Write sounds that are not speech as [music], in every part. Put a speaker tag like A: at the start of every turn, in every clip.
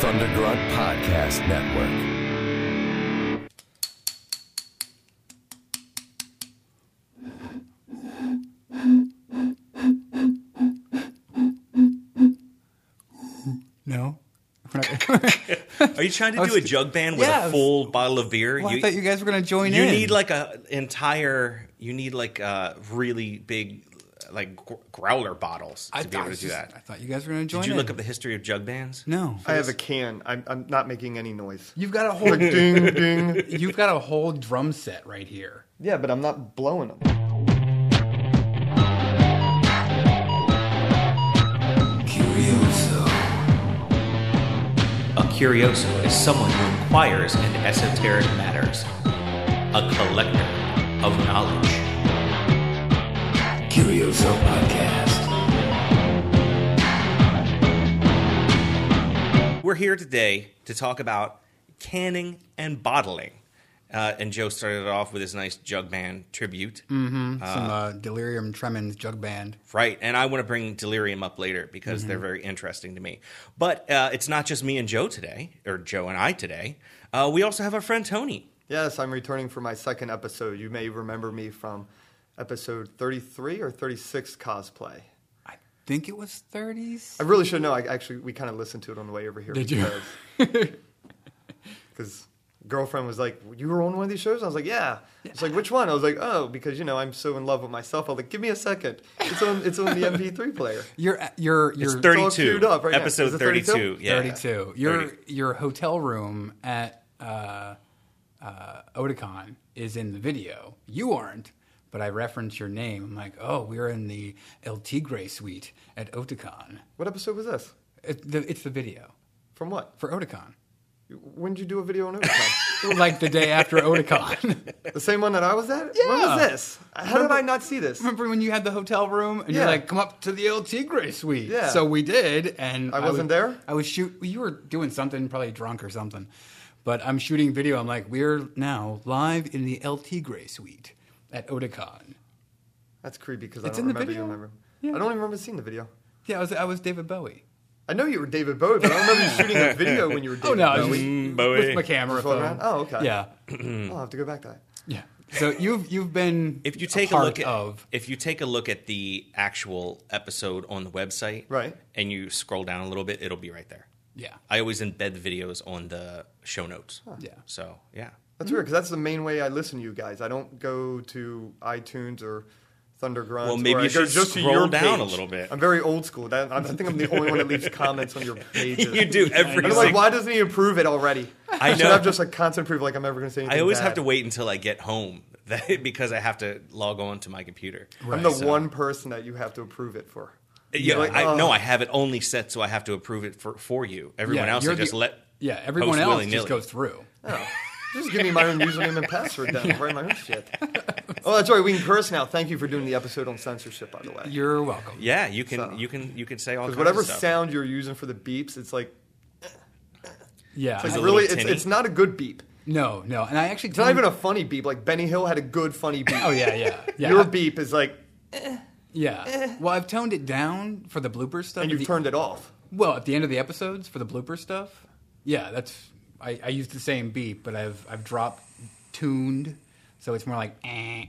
A: Thundergrunt Podcast Network.
B: No.
C: Are you trying to
B: was-
C: do a jug band with
B: Yeah.
C: a full bottle of beer?
B: Well, I thought you guys were going to join
C: you
B: in.
C: need like a entire. You need like a really big, like gr- growler bottles to be able to
B: was
C: do
B: just- I
C: that.
B: thought you guys were going to join
C: Did you
B: in.
C: look up the history of jug bands?
B: No.
D: I have a can. I'm, I'm not making any noise.
B: You've got a
C: [laughs]
B: whole
D: ding ding.
B: you've got a whole drum set right here.
D: Yeah, but I'm not blowing them.
C: A curioso is someone who inquires into esoteric matters, a collector of knowledge.
A: Curioso Podcast.
C: We're here today to talk about canning and bottling. Uh, and Joe started it off with his nice jug band tribute.
B: Some uh, Delirium Tremens jug band.
C: Right. And I want to bring Delirium up later because they're
D: Mm-hmm.
C: very interesting to me. But uh, it's not just me and Joe today, or Joe and I today. Uh, we also have our friend Tony.
D: Yes, I'm returning for my second episode. You may remember me from episode 33 or 36 cosplay.
B: I think it was 30s.
D: I really should know. I actually we kind of listened to it on the way over here.
B: Did you? [laughs]
D: Because girlfriend was like, "You were on one of these shows." I was like, "Yeah." It's like, "Which one?" I was like, "Oh, because you know I'm so in love with myself." I was like, "Give me a second. It's on. It's on the MP3 player."
B: Your your your
C: It's
D: all queued
C: 32.
D: up right now. Is
C: episode
D: it
C: 32.
D: 32?
C: Yeah.
B: 32. Your
C: 30.
B: your hotel room at uh, uh, Oticon is in the video. You aren't, but I reference your name. I'm like, oh, we're in the El Tigre suite at Oticon.
D: What episode was this?
B: It, the, it's the video
D: From what?
B: for Oticon,
D: When did you do a video on
B: [laughs]
D: Oticon?
B: like the day after Oticon.
D: the same one that I was at? When was
B: Yeah.
D: this? How did I not see
B: [laughs]
D: this?
B: Remember when you had the hotel room and
D: Yeah.
B: you're like, come up to the El Tigre suite?
D: Yeah.
B: So we did, and
D: I wasn't
B: was-
D: there?
B: I was shoot. You were doing something, probably drunk or something. But I'm shooting video. I'm like, we're now live in the El Tigre suite at Oticon.
D: That's creepy because I
B: It's
D: don't
B: in the
D: remember you
B: video?
D: remember.
B: Yeah.
D: I don't even remember seeing the video.
B: Yeah, I was, I was David Bowie.
D: I know you were David Bowie, but I don't remember you shooting
C: [laughs]
D: a video when you were David
B: Oh no, I was
D: Bowie.
B: just
C: Bowie.
B: with my camera
D: Just walking
B: phone.
D: around? Oh, okay.
B: Yeah,
D: I'll have to go back to that.
B: yeah. So you've you've been
C: If you take a,
B: part
C: look at
B: of
C: if you take a look at the actual episode on the website,
D: Right.
C: and you scroll down a little bit, it'll be right there.
B: yeah
C: I always embed the videos on the show notes.
B: Yeah.
C: So
D: [laughs]
C: yeah.
D: That's weird because that's the main way I listen to you guys. I don't go to iTunes or Thunderground.
C: Well, maybe
D: or I
C: you
D: go
C: should
D: just to
C: scroll
D: your
C: down a
D: page.
C: little bit.
D: I'm very old school. That, I think I'm the only one
C: [laughs]
D: that leaves comments on your pages.
C: You do every.
D: I'm like,
C: single-
D: why doesn't he approve it already?
C: I
D: Should
C: know.
D: have just like constant proof. Like I'm never going to say anything.
C: I always
D: bad.
C: have to wait until I get home [laughs] that, because I have to log on to my computer.
D: I'm the one person that you have to approve it for.
C: Yeah,
D: Like,
C: I,
D: oh.
C: no, I have it only set so I have to approve it for, for you. Everyone
B: yeah,
C: else, I
B: you're
C: just
B: the-
C: let.
B: yeah everyone
C: post
B: else
C: willy-nilly.
B: just goes through.
D: Oh. Just give me my own username and password then. I'll Write my own shit. Oh, that's right. We can curse now. Thank you for doing the episode on censorship, by the way.
B: You're welcome.
C: Yeah, you can,
D: So.
C: you can, you can say all. Kinds
D: Because whatever
C: of stuff.
D: sound you're using for the beeps, it's like,
B: Yeah,
D: it's
B: I-
C: a
D: really,
C: little
D: it's,
C: tinny.
D: it's not a good beep.
B: no, no, and I actually
D: It's not even a funny beep. Like Benny Hill had a good funny beep.
B: Oh yeah, yeah,
D: [laughs]
B: yeah.
D: Your beep is like, [laughs]
B: Yeah. Well, I've toned it down for the blooper stuff.
D: and
B: at
D: you've
B: the-
D: turned it off.
B: Well, at the end of the episodes for the blooper stuff, yeah, that's I, I use the same beat, but I've I've dropped tuned, so it's more like eh.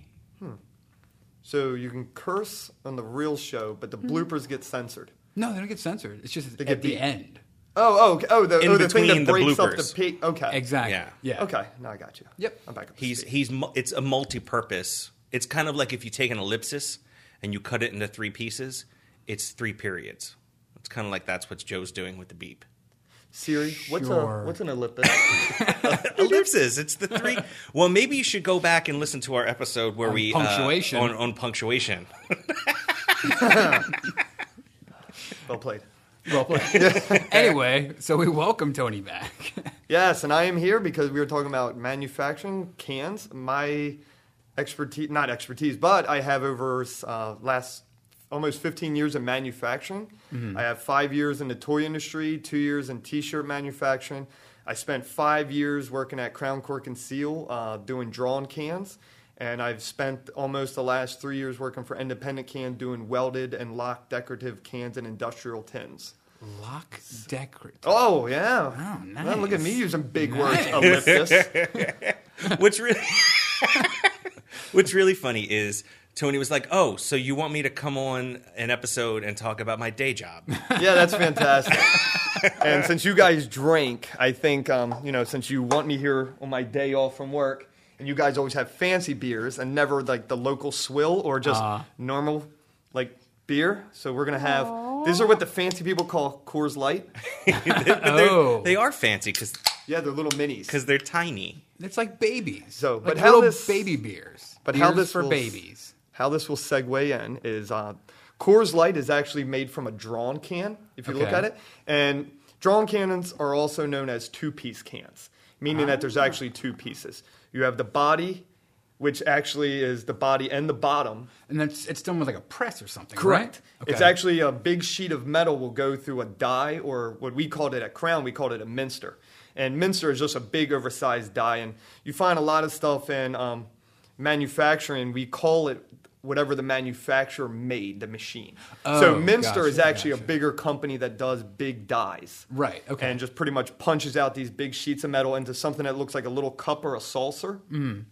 D: So you can curse on the real show, but the bloopers get censored.
B: no, they don't get censored. It's just
D: They
B: at
D: get
B: the
D: beat.
B: end.
D: Oh, oh, okay. oh, the,
C: In
D: oh, the thing
C: between the
D: that breaks up the
C: bloopers.
D: peak. Okay.
B: Exactly.
C: Yeah.
B: Yeah.
D: Okay. Now I got you.
B: Yep.
D: I'm back up. to
C: He's
D: speed.
C: he's mu- it's a multi-purpose. It's kind of like if you take an ellipsis and you cut it into three pieces, it's three periods. It's kind of like that's what Joe's doing with the beep.
D: Siri, what's
B: Sure.
D: a what's an ellipsis?
C: ellipses. It's the three. Well, maybe you should go back and listen to our episode where we uh,
B: punctuation.
C: on, on punctuation.
D: well played.
B: [laughs] Well
D: [laughs]
B: played. [laughs] anyway, so we welcome Tony back. [laughs]
D: Yes, and I am here because we were talking about manufacturing cans. My expertise, not expertise, but I have over uh, last almost 15 years in manufacturing. I have five years in the toy industry, two years in t-shirt manufacturing. I spent five years working at Crown Cork and Seal uh, doing drawn cans. And I've spent almost the last three years working for Independent Can doing welded and locked decorative cans and industrial tins.
B: Lock decorative.
D: Oh yeah.
B: Oh,
D: Well, look at me
B: nice.
D: using big
B: Nice.
D: words. Ellipsis.
C: What's really [laughs] What's really funny is Tony was like, "Oh, so you want me to come on an episode and talk about my day job?"
D: [laughs]
C: [laughs]
D: yeah, that's fantastic. and since you guys drink, I think um, you know, since you want me here on my day off from work, and you guys always have fancy beers and never like the local swill or just
B: Uh.
D: normal like beer. So we're gonna have these are what the fancy people call Coors Light.
C: But they're-
B: Oh.
C: they are fancy because
D: Yeah, they're little minis.
C: they're tiny.
B: It's like babies.
D: So,
B: Like
D: but how
B: little
D: this-
B: baby beers.
D: but how
B: Beers
D: this
B: for
D: will-
B: babies?
D: how this will segue in is uh, Coors Light is actually made from a drawn can, if you look
B: Okay.
D: at it. And drawn cannons are also known as two piece cans, meaning that there's actually two pieces. You have the body, which actually is the body and the bottom.
B: And that's it's done with like a press or something. Right?
D: It's
B: Okay.
D: actually a big sheet of metal will go through a die, or what we called it at Crown, we called it a minster. And minster is just a big, oversized die. And you find a lot of stuff in um, manufacturing, we call it whatever the manufacturer made, the machine. so
B: Oh,
D: minster is
B: gotcha,
D: actually
B: gotcha.
D: a bigger company that does big dies.
B: Right, okay.
D: And just pretty much punches out these big sheets of metal into something that looks like a little cup or a saucer
B: Mm.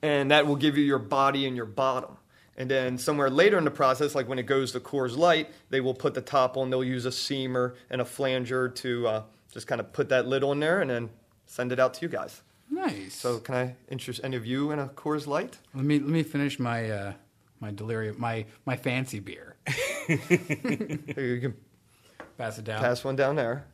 D: and that will give you your body and your bottom. And then somewhere later in the process, like when it goes to Coors Light, they will put the top on. They'll use a seamer and a flanger to uh, just kind of put that lid on there and then send it out to you guys.
B: nice.
D: So can I interest any of you in a
B: [laughs]
D: Coors Light?
B: let me let me finish my uh, my delirium my my fancy
C: [laughs]
B: beer.
D: Here, You can
B: Pass it down.
D: pass one down there.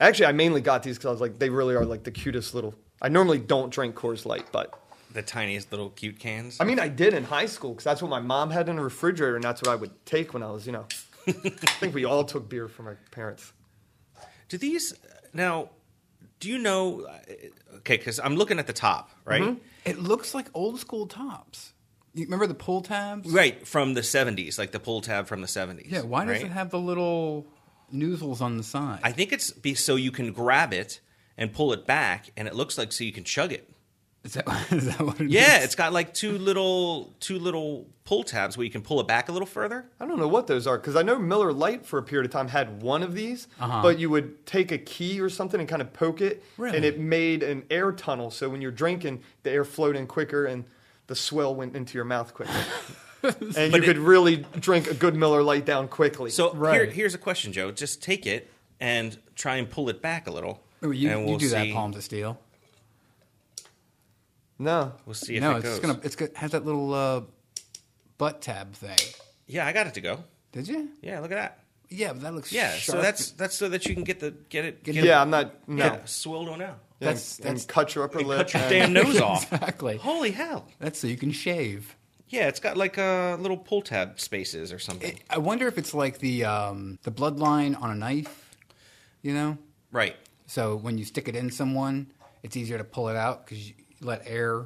D: Actually, I mainly got these because I was like, they really are like the cutest little. I normally don't drink Coors Light, but
C: The tiniest little cute cans.
D: I mean, I did in high school because that's what my mom had in the refrigerator, and that's what I would take when I was, you know. [laughs] I think we all took beer from our parents.
C: Do these now? Do you know? uh, Okay, because I'm looking at the top, right?
B: It looks like old school tops. You remember the pull tabs?
C: Right from the 70s, like the pull tab from the 70s.
B: Yeah. Why does
C: right?
B: it have the little noozles on the side?
C: I think it's be, so you can grab it and pull it back, and it looks like so you can chug it.
B: is that [laughs] is that what it is?
C: Yeah, it's got like two little two little pull tabs where you can pull it back a little further.
D: I don't know what those are because I know Miller Lite for a period of time had one of these, but you would take a key or something and kind of poke it, and
B: Really?
D: it made an air tunnel. So when you're drinking, the air flowed in quicker and the swell went into your mouth quicker. and you
C: it-
D: could really drink a good Miller Lite down quickly.
C: So here,
B: Right.
C: here's a question, Joe. Just take it and try and pull it back a little.
B: Oh, you,
C: and
B: you do that palms of steel.
D: no,
C: We'll see if
B: no,
C: it
B: it's
C: goes.
B: gonna it's gonna has that little uh, butt tab thing.
C: Yeah, I got it to go.
B: Did you?
C: Yeah, look at that.
B: Yeah, but that looks
C: Yeah,
B: Sharp.
C: so that's that's so that you can get the get it. Get
D: yeah,
C: it,
D: I'm not. No,
C: yeah, swilled on out.
B: that's
D: and, and
B: that's
D: cut your upper lip.
C: Cut your
B: [laughs]
C: damn
D: and-
C: nose off. [gasps]
B: exactly.
C: Holy hell!
B: That's so you can shave.
C: Yeah, it's got like uh, little pull tab spaces or something.
B: I wonder if it's like the um, the bloodline on a knife, you know.
C: right.
B: So when you stick it in someone, it's easier to pull it out because you let air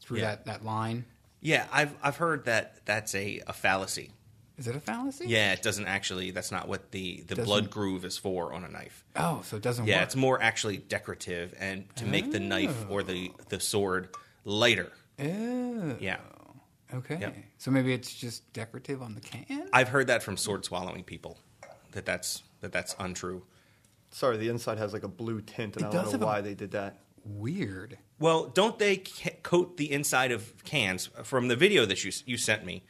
B: through
C: Yeah.
B: that, that line.
C: Yeah, I've I've heard that that's a, a fallacy.
B: Is it a fallacy?
C: Yeah, it doesn't actually. That's not what the the blood
B: Doesn't-
C: groove is for on a knife.
B: Oh, so it doesn't
C: Yeah,
B: work.
C: it's more actually decorative and to make the knife or the
D: Oh.
C: the sword lighter.
B: Oh,
C: Yeah,
B: okay.
C: Yep.
B: So maybe it's just decorative on the can.
C: I've heard that from sword swallowing people that that's that that's untrue.
D: Sorry, the inside has like a blue tint, and
B: It
D: I
B: does
D: don't know
B: have a-
D: why they did that.
B: Weird.
C: Well, don't they ca- coat the inside of cans from the video that you s- you sent me?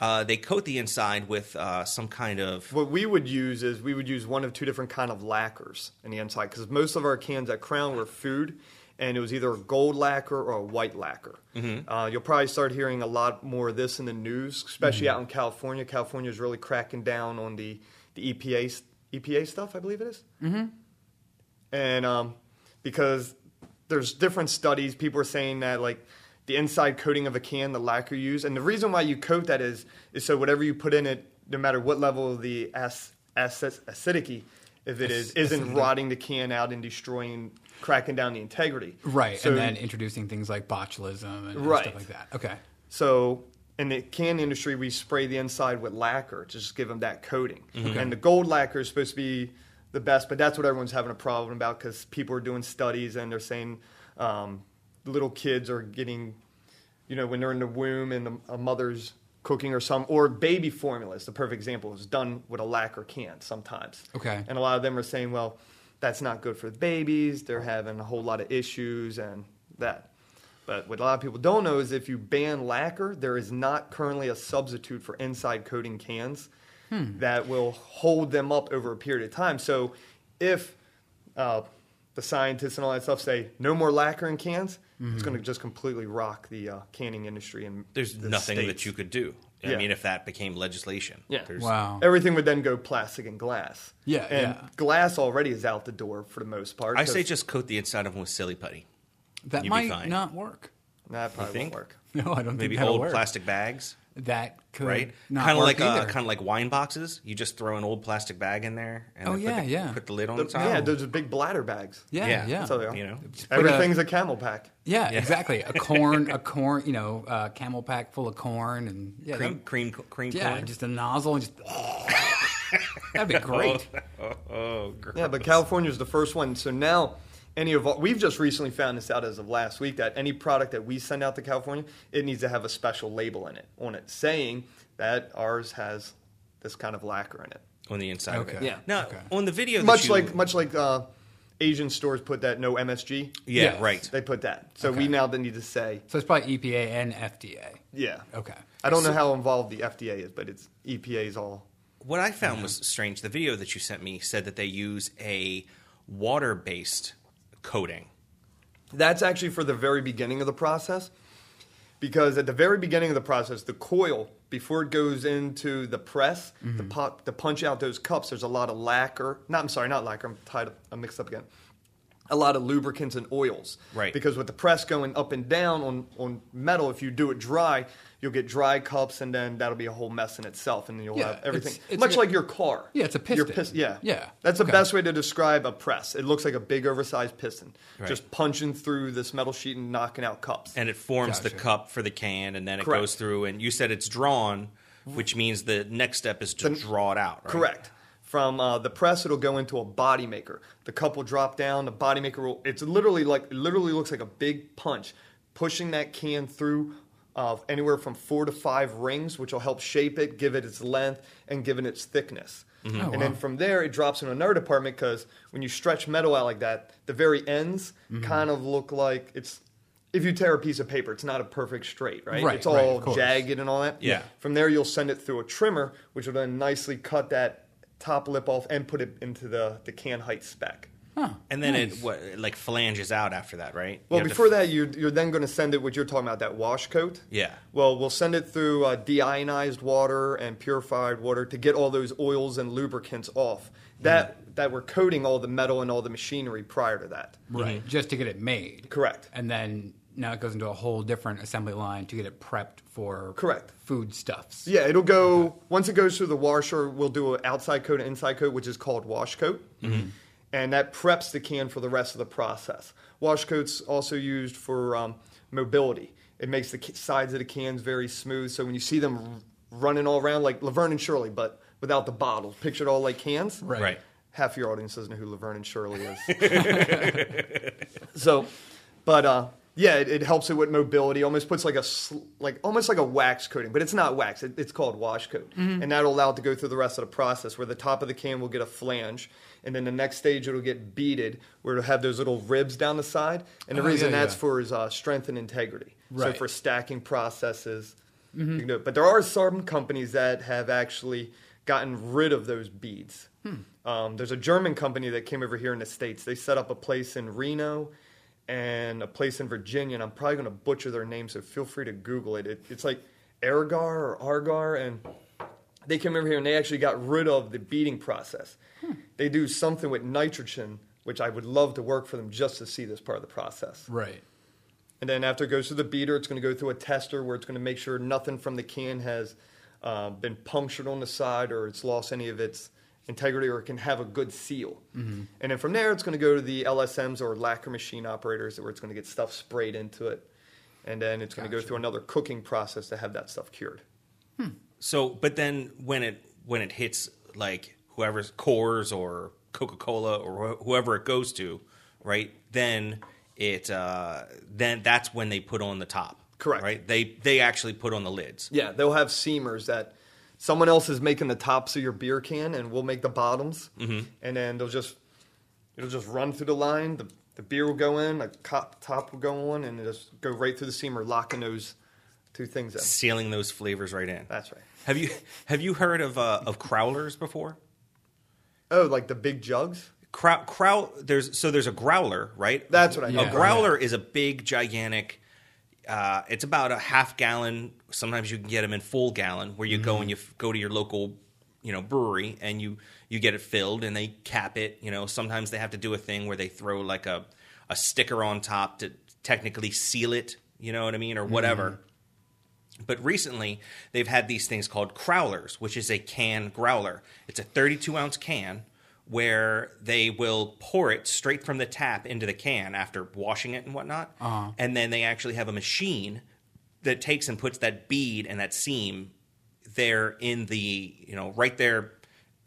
C: Uh, they coat the inside with uh, some kind of
D: What we would use is we would use one of two different kind of lacquers in the inside because most of our cans at Crown were food, and it was either a gold lacquer or a white lacquer. Uh, you'll probably start hearing a lot more of this in the news, especially out in California. California is really cracking down on the the E EPA s- EPA stuff, I believe it is and um, because there's different studies, people are saying that like the inside coating of a can, the lacquer used, and the reason why you coat that is is so whatever you put in it, no matter what level of the ac- ac- acidity, if it is, isn't rotting the can out and destroying, cracking down the integrity.
B: Right.
D: So
B: and then introducing things like botulism and, and
D: Right.
B: stuff like that. Okay.
D: so in the can industry, we spray the inside with lacquer to just give them that coating. And the gold lacquer is supposed to be the best, but that's what everyone's having a problem about because people are doing studies and they're saying um, little kids are getting, you know, when they're in the womb and the, a mother's cooking or some or baby formula is the perfect example is done with a lacquer can sometimes.
B: Okay.
D: And a lot of them are saying, well, that's not good for the babies. They're having a whole lot of issues and that. But what a lot of people don't know is if you ban lacquer, there is not currently a substitute for inside coating cans
C: Hmm.
D: that will hold them up over a period of time. So if uh, the scientists and all that stuff say no more lacquer in cans, it's going to just completely rock the uh, canning industry. And
C: Mm-hmm. There's nothing that
D: States.
C: you could do. I
D: Yeah.
C: mean, if that became legislation,
D: Yeah.
C: There's,
B: Wow.
D: Everything would then go plastic and glass.
B: Oh. Yeah,
D: and
B: yeah.
D: glass already is out the door for the most part.
C: I say
D: 'cause-
C: just coat the inside of them with silly putty.
B: That
C: You'd
B: might
C: be fine.
B: not work. [laughs]
D: Nah, that probably
C: think?
D: won't work.
B: No, I don't
C: Maybe
B: think that'll
C: old
B: work.
C: plastic bags,
B: That could
C: right?
B: not
C: Kind of
B: work
C: like
B: either.
C: kind of like wine boxes. You just throw an old plastic bag in there and
B: Oh,
C: then
B: yeah,
C: put the,
B: yeah.
C: put the lid on
D: The-
C: the top.
D: yeah, those are big bladder bags.
B: yeah, yeah,
C: yeah,
B: yeah.
D: So, yeah.
C: You know,
B: put a-
D: everything's a camel pack.
B: exactly. A corn,
C: [laughs]
B: a corn, you know, uh, camel pack full of corn, and yeah,
C: cream,
B: that-
C: cream, cream,
B: yeah,
C: corn. [laughs]
B: just a nozzle, and just that'd be great.
C: [laughs] oh, gross.
D: Yeah, but California's the first one. So now, any of our, we've just recently found this out as of last week that any product that we send out to California, it needs to have a special label in it on it saying that ours has this kind of lacquer in it.
C: on the inside. Of
B: Okay.
C: it.
B: Yeah.
C: Now
B: Okay.
C: on the video, that
D: Much
C: you-
D: like much like uh, Asian stores put that no MSG.
C: yeah,
B: Yes.
C: right.
D: They put that. So
B: Okay.
D: we now then need to say
B: So it's probably EPA and FDA.
D: yeah.
B: Okay.
D: I don't know how involved the FDA is, but it's EPA's all.
C: What I found was strange. The video that you sent me said that they use a water-based coating.
D: That's actually for the very beginning of the process. Because at the very beginning of the process, the coil, before it goes into the press, the,
B: Mm-hmm.
D: pop, to punch out those cups, there's a lot of lacquer. No, I'm sorry, not lacquer. I'm tied up. I'm mixed up again. A lot of lubricants and oils.
C: Right.
D: Because with the press going up and down on, on metal, if you do it dry, you'll get dry cups, and then that'll be a whole mess in itself, and then you'll
B: Yeah,
D: have everything.
B: it's- it's
D: Much
B: like-
D: like your car.
B: Yeah, it's a
D: Your
B: piston.
D: pis- yeah.
B: Yeah,
D: That's the
B: okay.
D: best way to describe a press. It looks like a big, oversized piston,
C: Right.
D: just punching through this metal sheet and knocking out cups.
C: and it forms the
B: Gotcha.
C: cup for the can, and then it
D: Correct.
C: goes through. And you said it's drawn, which means the next step is to draw it out. Right?
D: Correct. From uh, the press, it'll go into a body maker. The cup will drop down. The body maker will. It's literally like it literally looks like a big punch, pushing that can through. Uh, anywhere from four to five rings, which will help shape it, give it its length, and give it its thickness.
B: Oh,
D: and then from there, it drops in another department because when you stretch metal out like that, the very ends
B: Mm-hmm.
D: kind of look like it's. If you tear a piece of paper, it's not a perfect straight, right?
B: Right,
D: it's
B: right,
D: all
B: of course.
D: jagged and all that.
C: Yeah.
D: From there, you'll send it through a trimmer, which will then nicely cut that top lip off and put it into the, the can height spec.
C: And then it what, it, like flanges out after that, right?
D: Well,
C: You have to
D: before
C: f-
D: that, you're, you're then going to send it what you're talking about, that wash coat.
C: Yeah.
D: Well, we'll send it through uh, deionized water and purified water to get all those oils and lubricants off
C: Mm-hmm.
D: that, that were coating all the metal and all the machinery prior to that.
B: Right. Mm-hmm. Just to get it made.
D: Correct.
B: And then now it goes into a whole different assembly line to get it prepped for
D: Correct.
B: foodstuffs.
D: Yeah, it'll go once it goes through the washer. We'll do an outside coat and inside coat, which is called wash coat, and that preps the can for the rest of the process. Wash coat's also used for um, mobility. It makes the ca- sides of the cans very smooth, so when you see them r- running all around like Laverne and Shirley, but without the bottles, picture it all like cans.
B: Right.
C: right?
D: Half your audience doesn't know who Laverne and Shirley is. so, but uh, yeah, it, it helps it with mobility. Almost puts like a sl- like almost like a wax coating, but it's not wax. It, it's called wash coat,
B: Mm-hmm.
D: and that'll allow it to go through the rest of the process. Where the top of the can will get a flange, and then the next stage it'll get beaded, where it'll have those little ribs down the side. And the
B: Oh,
D: reason
B: yeah,
D: that's
B: yeah.
D: for is uh, strength and integrity.
B: Right.
D: So for stacking processes. You can do it. But there are some companies that have actually gotten rid of those beads. Um, there's a German company that came over here in the States. They set up a place in Reno and a place in Virginia, and I'm probably going to butcher their name, so feel free to Google it. it it's like Ergar or Argar, and they came over here and they actually got rid of the beating process. They do something with nitrogen, which I would love to work for them just to see this part of the process.
B: Right.
D: And then after it goes through the beater, it's going to go through a tester where it's going to make sure nothing from the can has uh, been punctured on the side or it's lost any of its integrity or it can have a good seal. And then from there, it's going to go to the LSMs or lacquer machine operators where it's going to get stuff sprayed into it. And then it's going to go through another cooking process to have that stuff cured.
C: So, but then when it when it hits like whoever's Coors or Coca Cola or wh- whoever it goes to, right? Then it uh, then that's when they put on the top.
D: Correct.
C: Right? They they actually put on the lids.
D: Yeah, they'll have seamers that someone else is making the tops of your beer can, and we'll make the bottoms,
C: Mm-hmm.
D: and then they'll just it'll just run through the line. The, the beer will go in, a cop, top will go on, and it'll just go right through the seamer, locking those two things in.
C: Sealing those flavors right in.
D: That's right.
C: Have you have you heard of uh, of crowlers before?
D: Oh, like the big jugs.
C: Crow, crow, there's so there's a growler, right?
D: That's what I
C: A
D: know.
C: growler is a big, gigantic. Uh, it's about a half gallon. Sometimes you can get them in full gallon, where you go and you f- go to your local, you know, brewery and you you get it filled and they cap it. You know, sometimes they have to do a thing where they throw like a a sticker on top to technically seal it. You know what I mean, or whatever. But recently, they've had these things called crowlers, which is a can growler. It's a 32 ounce can where they will pour it straight from the tap into the can after washing it and whatnot.
B: Uh-huh.
C: And then they actually have a machine that takes and puts that bead and that seam there in the, you know, right there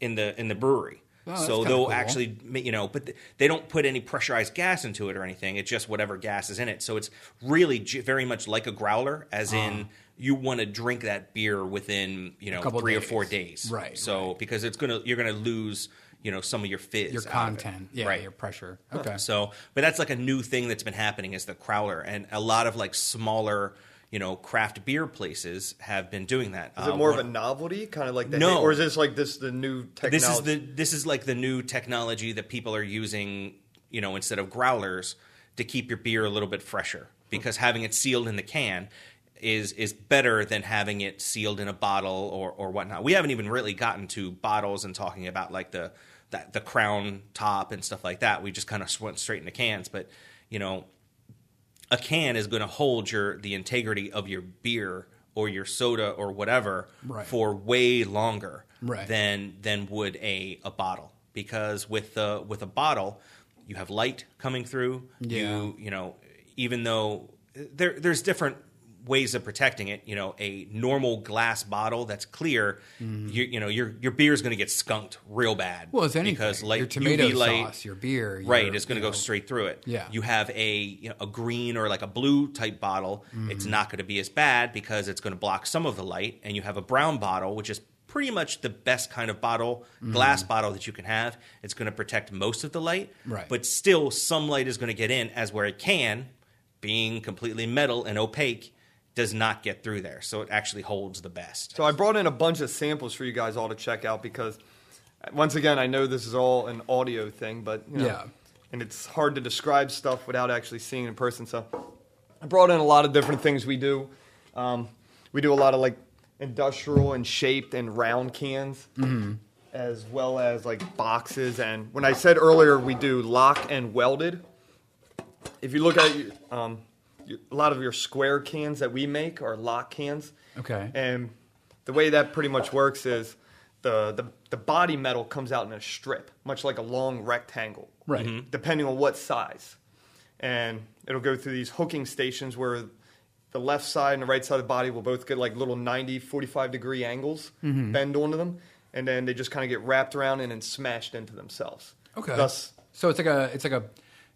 C: in the in the brewery.
B: Oh, that's
C: so
B: kinda
C: they'll
B: cool.
C: actually actually, you know, but th- they don't put any pressurized gas into it or anything. It's just whatever gas is in it. So it's really j- very much like a growler, as
B: Ah.
C: in you want to drink that beer within you know
B: couple
C: three or
B: days.
C: four days,
B: Right,
C: So because it's gonna you're gonna lose you know some of your fizz,
B: Your
C: out of it.
B: content, yeah,
C: right?
B: your pressure. Okay.
C: So, but that's like a new thing that's been happening is the crowler, and a lot of like smaller you know craft beer places have been doing that.
D: Is it more of a novelty, kind of like that,
C: Uh, No.
D: or is this like this the new technology?
C: this is the this is like the new technology that people are using you know instead of growlers to keep your beer a little bit fresher because having it sealed in the can is is better than having it sealed in a bottle or or whatnot we haven't even really gotten to bottles and talking about like the that the crown top and stuff like that we just kind of went straight into cans but you know a can is going to hold your the integrity of your beer or your soda or whatever
B: Right.
C: for way longer
B: Right.
C: than than would a a bottle because with the with a bottle you have light coming through
B: Yeah.
C: you you know even though there there's different ways of protecting it you know a normal glass bottle that's clear you, you know your your beer is going to get skunked real bad
B: Mm-hmm. Well, it's anything.
C: because like
B: your tomato
C: UV light
B: sauce, your beer,
C: right
B: your-
C: it's going to
B: you
C: go
B: know,
C: straight through it
B: Yeah.
C: you have a you know, a green or like a blue type bottle it's
B: Mm-hmm.
C: not going to be as bad because it's going to block some of the light and you have a brown bottle which is pretty much the best kind of bottle
B: Mm-hmm.
C: glass bottle that you can have it's going to protect most of the light
B: Right.
C: but still some light is going to get in as where it can being completely metal and opaque does not get through there so it actually holds the best
D: So I brought in a bunch of samples for you guys all to check out because, uh, once again, I know this is all an audio thing, but you know,
B: Yeah.
D: and it's hard to describe stuff without actually seeing it in person. So I brought in a lot of different things we do. Um, we do a lot of like industrial and shaped and round cans,
B: Mm-hmm.
D: as well as like boxes. And when I said earlier, we do lock and welded. If you look at your- um, your- a lot of your square cans that we make are lock cans.
B: Okay.
D: And the way that pretty much works is the, the, the body metal comes out in a strip, much like a long rectangle,
B: Right. Mhm.
D: Depending on what size, and it'll go through these hooking stations where the left side and the right side of the body will both get like little 90, 45 degree angles,
B: Mm-hmm.
D: bend onto them, and then they just kind of get wrapped around and then smashed into themselves.
B: Okay.
D: Thus,
B: so it's like a it's like a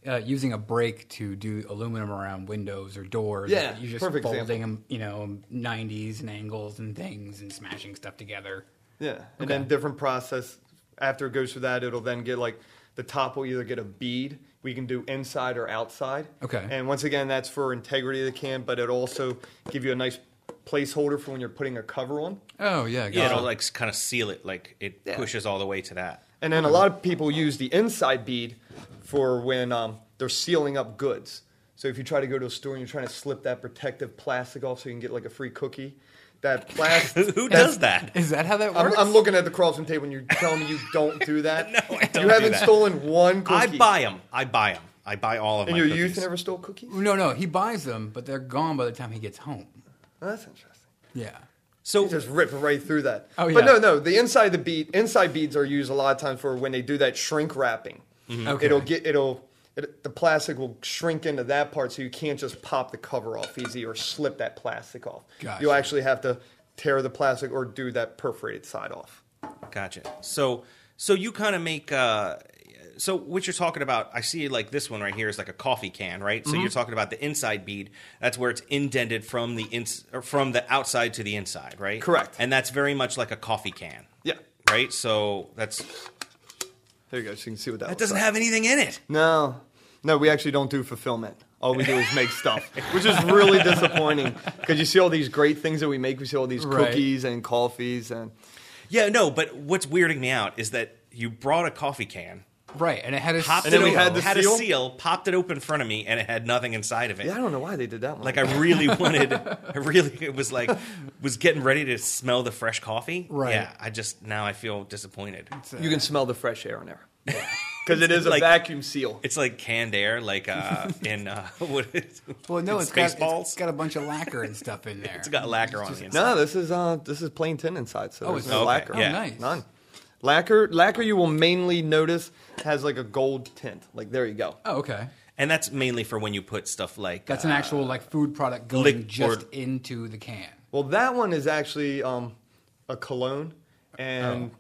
B: uh, using a break to do aluminum around windows or doors.
D: Yeah,
B: you're just
D: perfect
B: folding
D: example.
B: them, you know, nineties and angles and things and smashing stuff together.
D: Yeah, and then different process after it goes through that, it'll then get like the top will either get a bead. We can do inside or outside.
B: Okay.
D: And once again, that's for integrity of the can, but it'll also give you a nice placeholder for when you're putting a cover on.
B: Oh yeah,
C: yeah,
B: gotcha.
C: it'll like kind of seal it like it pushes all the way to that
D: And then a lot of people use the inside bead for when um, they're sealing up goods. So if you try to go to a store and you're trying to slip that protective plastic off so you can get like a free cookie, that plastic.
C: who does that
B: Is that how that
D: I'm,
B: works?
D: I'm looking at the crossing table and you're telling me you don't
C: [laughs]
D: do that. no,
C: I don't
D: You
C: do
D: haven't
C: that.
D: stolen one
C: I
D: cookie.
C: buy them. I buy them. I buy all of
D: In
C: my
D: your
C: cookies.
D: youth, you never stole cookies?
B: No, no, he buys them, but they're gone by the time he gets home.
D: Oh, that's interesting.
B: Yeah.
C: so
D: You just rip right through that.
B: Oh, yeah.
D: But no, no, the inside the bead, inside beads are used a lot of times for when they do that shrink wrapping.
C: Mm-hmm.
B: Okay.
D: It'll get it'll it, the plastic will shrink into that part, so you can't just pop the cover off easy or slip that plastic off.
B: Gotcha.
D: You'll actually have to tear the plastic or do that perforated side off.
C: gotcha. So so you kind of make uh, so what you're talking about, I see like this one right here is like a coffee can, right?
D: Mm-hmm.
C: So you're talking about the inside bead. That's where it's indented from the ins- or from the outside to the inside, right?
D: Correct.
C: And that's very much like a coffee can.
D: Yeah.
C: Right. So that's
D: There you go. So you can see what that,
C: that
D: looks
C: doesn't
D: like.
C: have anything in it.
D: No, no, we actually don't do fulfillment. All we do is make stuff, which is really disappointing because you see all these great things that we make. We see all these
B: Right.
D: cookies and coffees and
C: Yeah. No. But what's weirding me out is that you brought a coffee can.
B: Right, and it had a
C: Popped
D: And then
C: it
D: we
C: open,
D: had
C: had,
D: the
C: a
D: seal.
C: seal, popped it open in front of me, and it had nothing inside of it.
D: yeah, I don't know why they did that one.
C: Like I
B: [laughs]
C: really wanted, I really it was like was getting ready to smell the fresh coffee.
B: Right.
C: Yeah. I just now I feel disappointed. It's,
D: you can smell the fresh air in [laughs] there because it is a
C: Like-
D: vacuum seal.
C: like canned air,
B: [laughs]
C: like uh, in uh, [laughs] what is?
B: well, no,
C: in
B: it's got,
C: Spaceballs?
B: it's got a bunch of lacquer and stuff
D: [laughs]
B: in there.
C: it's got lacquer on the inside.
D: No, this is uh, this is plain tin inside, so
B: Oh,
D: there's
B: it's-
D: no
C: okay,
D: lacquer.
B: oh,
C: yeah.
B: nice.
D: None. Lacquer, lacquer. You will mainly notice has like a gold tint. Like there you go.
B: Oh, okay.
C: And that's mainly for when you put stuff like
B: That's
C: uh,
B: an actual like food product going
C: lick-
B: just
C: or-
B: into the can.
D: Well, that one is actually um, a cologne, and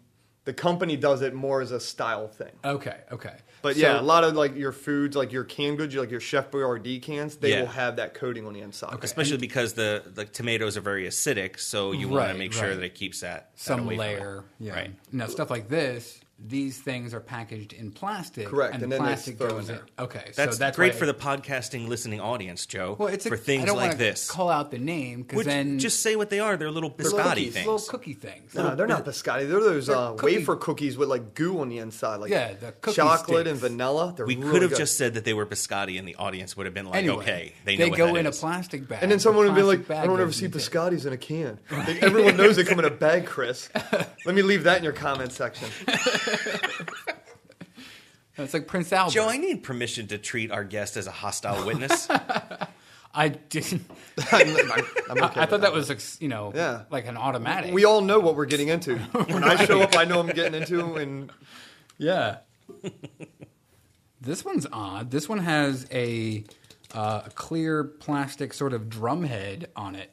D: the company does it more as a style thing.
B: Okay, okay.
D: But
B: So-
D: yeah, a lot of like your foods, like your canned goods, like your Chef Boyardee cans, they
C: Yeah.
D: will have that coating on the inside.
C: uh, especially because the the tomatoes are very acidic, so you want to
B: Right,
C: make sure
B: right.
C: that it keeps that that
B: some
C: away from it.
B: layer. Yeah.
C: Right.
B: Now stuff like this, these things are packaged in plastic.
D: Correct,
B: And,
D: and then they
B: plastic
D: throw
B: goes
D: in
B: in.
D: there.
B: Okay.
C: That's,
B: so that's
C: great
B: why-
C: for the podcasting listening audience, Joe.
B: Well, it's a,
C: for things
B: I don't
C: like
B: wanna
C: this.
B: Call out the name because
C: Which-
B: then
C: just say what they are. They're little
B: They're
C: biscotti
B: cookies,
C: things.
B: little cookie things.
D: No, they're not biscotti. They're those
B: They're
D: uh,
B: cookie-
D: wafer cookies with like goo on the inside, like
B: Yeah, the cookie
D: chocolate and
B: sticks.
D: vanilla. They're
C: we
D: really
C: could have
D: good.
C: just said that they were biscotti, and the audience would have been like,
B: Anyway,
C: "Okay, they know
B: they
C: what
B: go
C: that
B: in
C: is.
B: a plastic bag,
D: And then someone
B: the
D: would be
B: plastic
D: like,
B: bag
D: "I don't
B: goes
D: ever
B: in
D: see
B: the can."
D: biscottis in a can. Everyone knows they
B: [laughs]
D: come in a bag, Chris. Let me leave that in your comment section."
B: It's like Prince Albert.
C: Joe, I need permission to treat our guest as a
D: [laughs]
C: hostile witness.
B: I didn't.
D: I'm, I'm- I'm
B: I
D: okay with
B: thought that was like, s- you know,
D: Yeah.
B: like an automatic.
D: We all know what we're
B: [laughs]
D: getting into. When I show up, I know I'm getting into, and
B: Yeah. [laughs] this one's odd. This one has a uh, a clear plastic sort of drum head on it.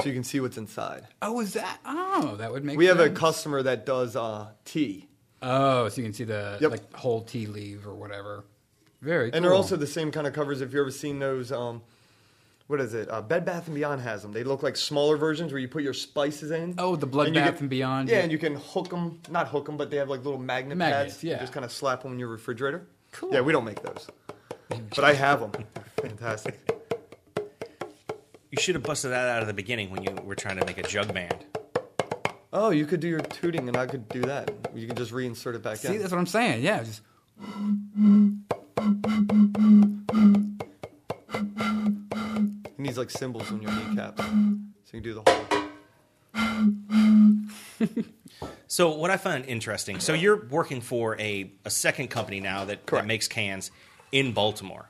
D: so you can see what's inside.
B: Oh, is that? Oh, that would make.
D: We have a
B: sense.
D: customer that does uh, tea,
B: Oh, so you can see the
D: Yep.
B: like whole tea leaf or whatever. Very.
D: and
B: cool.
D: they're also the same kind of covers. If you've ever seen those, um, what is it? Uh, Bed Bath and Beyond has them. They look like smaller versions where you put your spices in.
B: Oh, the Blood
D: and you
B: Bath
D: get-
B: and Beyond,
D: Yeah,
B: yeah.
D: and you can hook them, not hook them, but they have like little magnet
B: Magnets,
D: pads. You
B: yeah.
D: just kind of slap them in your refrigerator.
B: Cool.
D: Yeah, we don't make those, but I have them. Fantastic.
C: you should have busted that out of the beginning when you were trying to make a jug band.
D: Oh, you could do your tooting, and I could do that. You can just reinsert it back
B: see
D: in.
B: that's what I'm saying. Yeah. Just,
D: It needs like symbols
B: [gasps]
D: on your kneecaps, so you can do the whole.
C: So what I find interesting. So you're working for a, a second company now that, that
D: Correct. Mm-hmm.
C: makes cans in Baltimore,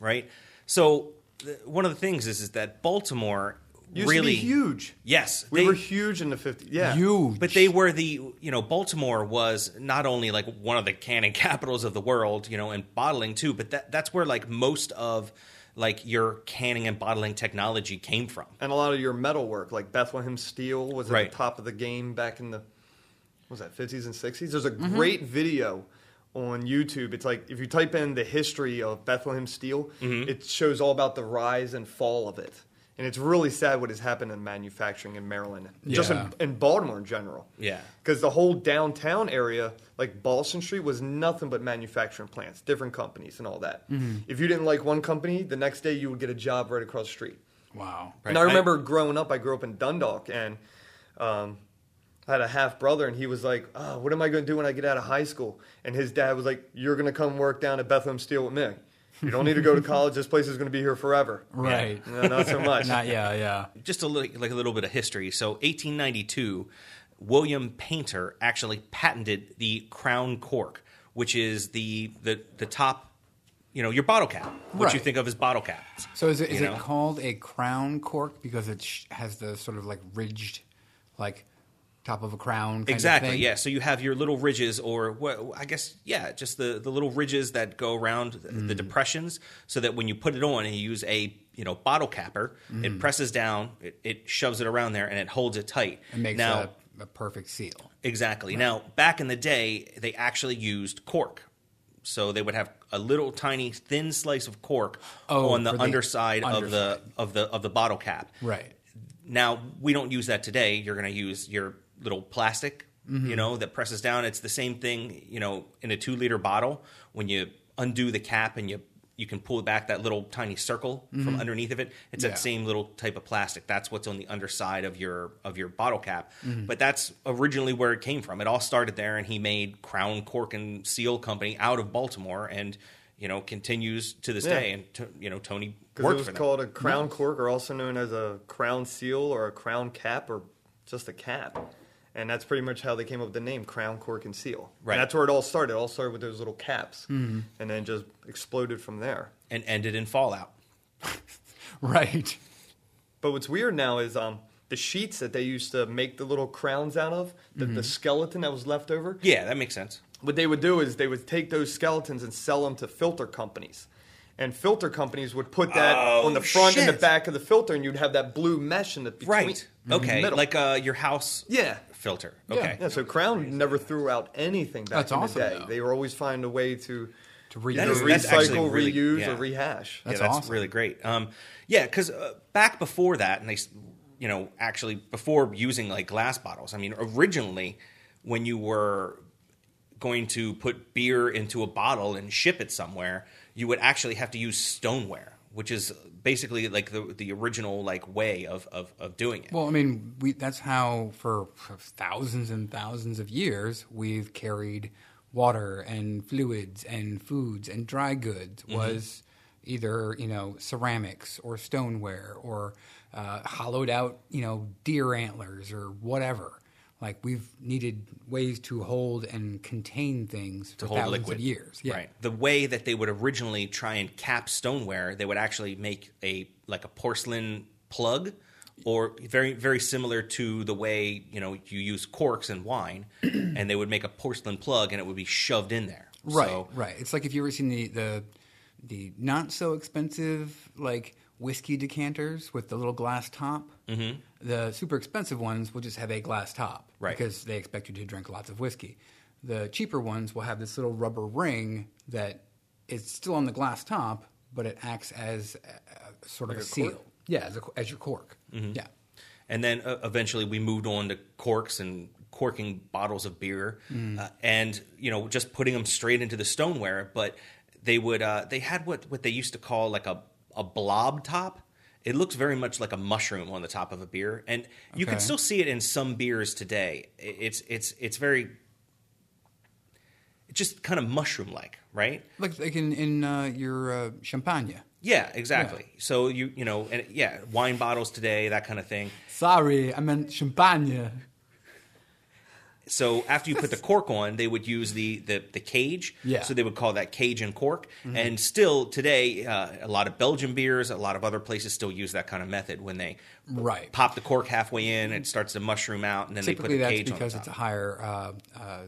C: right? So th- one of the things is is that Baltimore
D: Used
C: really
D: to be huge.
C: Yes,
D: we
C: they-
D: were huge in the 50s. Yeah,
B: Huge.
C: But they were the you know Baltimore was not only like one of the canning [laughs] capitals of the world, you know, and bottling too. But that that's where like most of like your canning and bottling technology came from.
D: and a lot of your metal work, like Bethlehem Steel, was at
C: Right.
D: the top of the game back in the what was that 50s and 60s. There's a
C: Mm-hmm.
D: great video on YouTube. It's like if you type in the history of Bethlehem Steel,
C: Mm-hmm.
D: it shows all about the rise and fall of it. And it's really sad what has happened in manufacturing in Maryland, just in,
B: Yeah.
D: in Baltimore in general.
C: Yeah.
D: because the whole downtown area, like Boston Street, was nothing but manufacturing plants, different companies, and all that.
C: Mm-hmm.
D: If you didn't like one company, the next day you would get a job right across the street.
B: wow.
D: And I
C: Right.
D: remember growing up, I grew up in Dundalk, and um, I had a half brother, and he was like, oh, "What am I going to do when I get out of high school?" And his dad was like, "You're going to come work down at Bethlehem Steel with me. You don't need to
C: [laughs]
D: go to college. This place is going to be here forever."
B: Right. [laughs]
D: No, not so
C: [laughs]
D: much.
B: Not yeah yeah.
C: Just a little, like a little bit of history. So 1892, William Painter actually patented the crown cork, which is the the the top, you know, your bottle cap, what you
B: Right.
C: think of as bottle caps.
B: So is it is
C: You
B: it
C: know?
B: called a crown cork because it sh- has the sort of like ridged, like top of a crown? Kind
C: Exactly.
B: Of thing?
C: Yeah. So you have your little ridges, or well, I guess, yeah, just the, the little ridges that go around th- the
B: Mm.
C: depressions, so that when you put it on and you use a you know
B: Mm.
C: bottle capper, it presses down, it, it shoves it around there, and it holds it tight.
B: It makes
C: now
B: a a perfect seal.
C: Exactly. Now, back in the day, they actually used cork. So they would have a little tiny thin slice of cork
B: Oh,
C: on the
B: for the
C: underside, of the
B: underside.
C: of the of the bottle cap.
B: Right.
C: Now, we don't use that today. You're going to use your little plastic,
D: Mm-hmm.
C: you know, that presses down. It's the same thing, you know, in a 2-liter bottle when you undo the cap and you you can pull back that little tiny circle
D: Mm-hmm.
C: from underneath of it. It's
B: Yeah.
C: that same little type of plastic. That's what's on the underside of your of your bottle cap.
D: Mm-hmm.
C: But that's originally where it came from. It all started there, and he made Crown Cork and Seal Company out of Baltimore, and you know continues to this
D: Yeah.
C: day. And to, you know Tony
D: Because it
C: worked
D: was
C: for them.
D: called a crown cork, or also known as a crown seal, or a crown cap, or just a cap. And that's pretty much how they came up with the name crown cork and seal. And
C: Right. Mm-hmm.
D: that's where it all started. It all started with those little caps, and then just exploded from there.
C: and ended in Fallout.
B: Right.
D: But what's weird now is um, the sheets that they used to make the little crowns out of, the,
C: Mm-hmm.
D: the skeleton that was left over.
C: Yeah, that makes sense.
D: What they would do is they would take those skeletons and sell them to filter companies. And filter companies would put that
C: Oh,
D: on the front and the
C: shit.
D: back of the filter, and you'd have that blue mesh in the between.
C: Right. Okay.
D: middle.
C: Like uh, your house
D: Yeah.
C: filter.
B: Yeah.
C: Okay.
D: Yeah, so Crown never threw out anything back
B: That's
D: in
B: awesome,
D: the day.
B: though.
D: They were always find a way to
B: To read
C: That
D: either
C: is- that's actually
D: recycle,
C: really-
D: reuse,
C: yeah.
D: or rehash.
B: That's
C: yeah, that's
B: awesome.
C: really great. Um, yeah, because uh, back before that, and they, s- you know, actually before using like glass bottles. I mean, originally when you were going to put beer into a bottle and ship it somewhere, you would actually have to use stoneware, which is basically like the the original like way of of, of doing it.
B: Well, I mean, we, that's how for thousands and thousands of years we've carried water and fluids and foods and dry goods
C: Mm-hmm.
B: was either you know ceramics or stoneware or uh, hollowed out you know deer antlers or whatever. Like we've needed ways to hold and contain things for
C: to hold
B: thousands
C: liquid
B: of years. Yeah.
C: Right. The way that they would originally try and cap stoneware, they would actually make a like a porcelain plug, or very very similar to the way you know you use corks in wine, [clears throat] and they would make a porcelain plug, and it would be shoved in there.
B: Right,
C: So,
B: right. It's like if you ever seen the the the not so expensive like whiskey decanters with the little glass top. Mm-hmm. The super expensive ones will just have a glass top,
C: Right.
B: Because they expect you to drink lots of whiskey. The cheaper ones will have this little rubber ring that is still on the glass top, but it acts as a, a sort of a, Mm-hmm. seal. Yeah, as, a, as your cork. Yeah.
C: and then uh, eventually we moved on to corks and corking bottles of beer uh, and you know just putting them straight into the stoneware but they would uh, they had what what they used to call like a, a blob top it looks very much like a mushroom on the top of a beer and you can
B: Okay.
C: still see it in some beers today I- it's it's it's very it's just kind of mushroom like right
B: Like, like in, in uh, your uh, champagne.
C: yeah exactly so you you know and yeah wine bottles today that kind of thing
B: Sorry, I meant champagne.
C: So after you put the cork on, they would use the the, the cage.
B: Yeah. Mm-hmm.
C: So they would call that cage and cork. And still today, uh, a lot of Belgian beers, a lot of other places still use that kind of method when they
B: Right.
C: pop the cork halfway in, it starts to mushroom out, and then
B: typically
C: they put the
B: that's
C: cage
B: because
C: on
B: it's a
C: top.
B: higher uh, uh,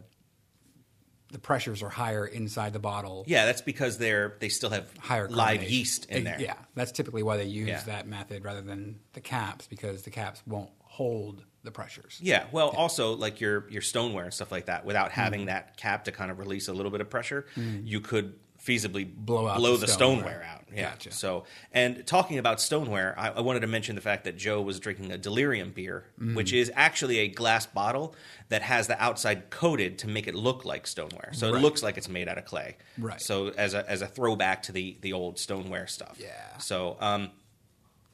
B: the pressures are higher inside the bottle
C: yeah, that's because they're they still have
B: higher
C: live
B: carbonation.
C: yeast in
B: Eh,
C: there.
B: yeah that's typically why they use
C: Yeah.
B: that method rather than the caps because the caps won't hold the pressures
C: Yeah. Well, also like your your stoneware and stuff like that, without
B: Mm-hmm.
C: having that cap to kind of release a little bit of pressure, you could feasibly
B: Blow out
C: blow
B: the
C: the,
B: stoneware.
C: stoneware. out. Yeah.
B: Gotcha.
C: So, and talking about stoneware, I, I wanted to mention the fact that Joe was drinking a delirium beer,
B: Mm-hmm.
C: which is actually a glass bottle that has the outside coated to make it look like stoneware. So it looks like it's made out of clay.
B: Right.
C: So as a as a throwback to the the old stoneware stuff.
B: Yeah.
C: So, um,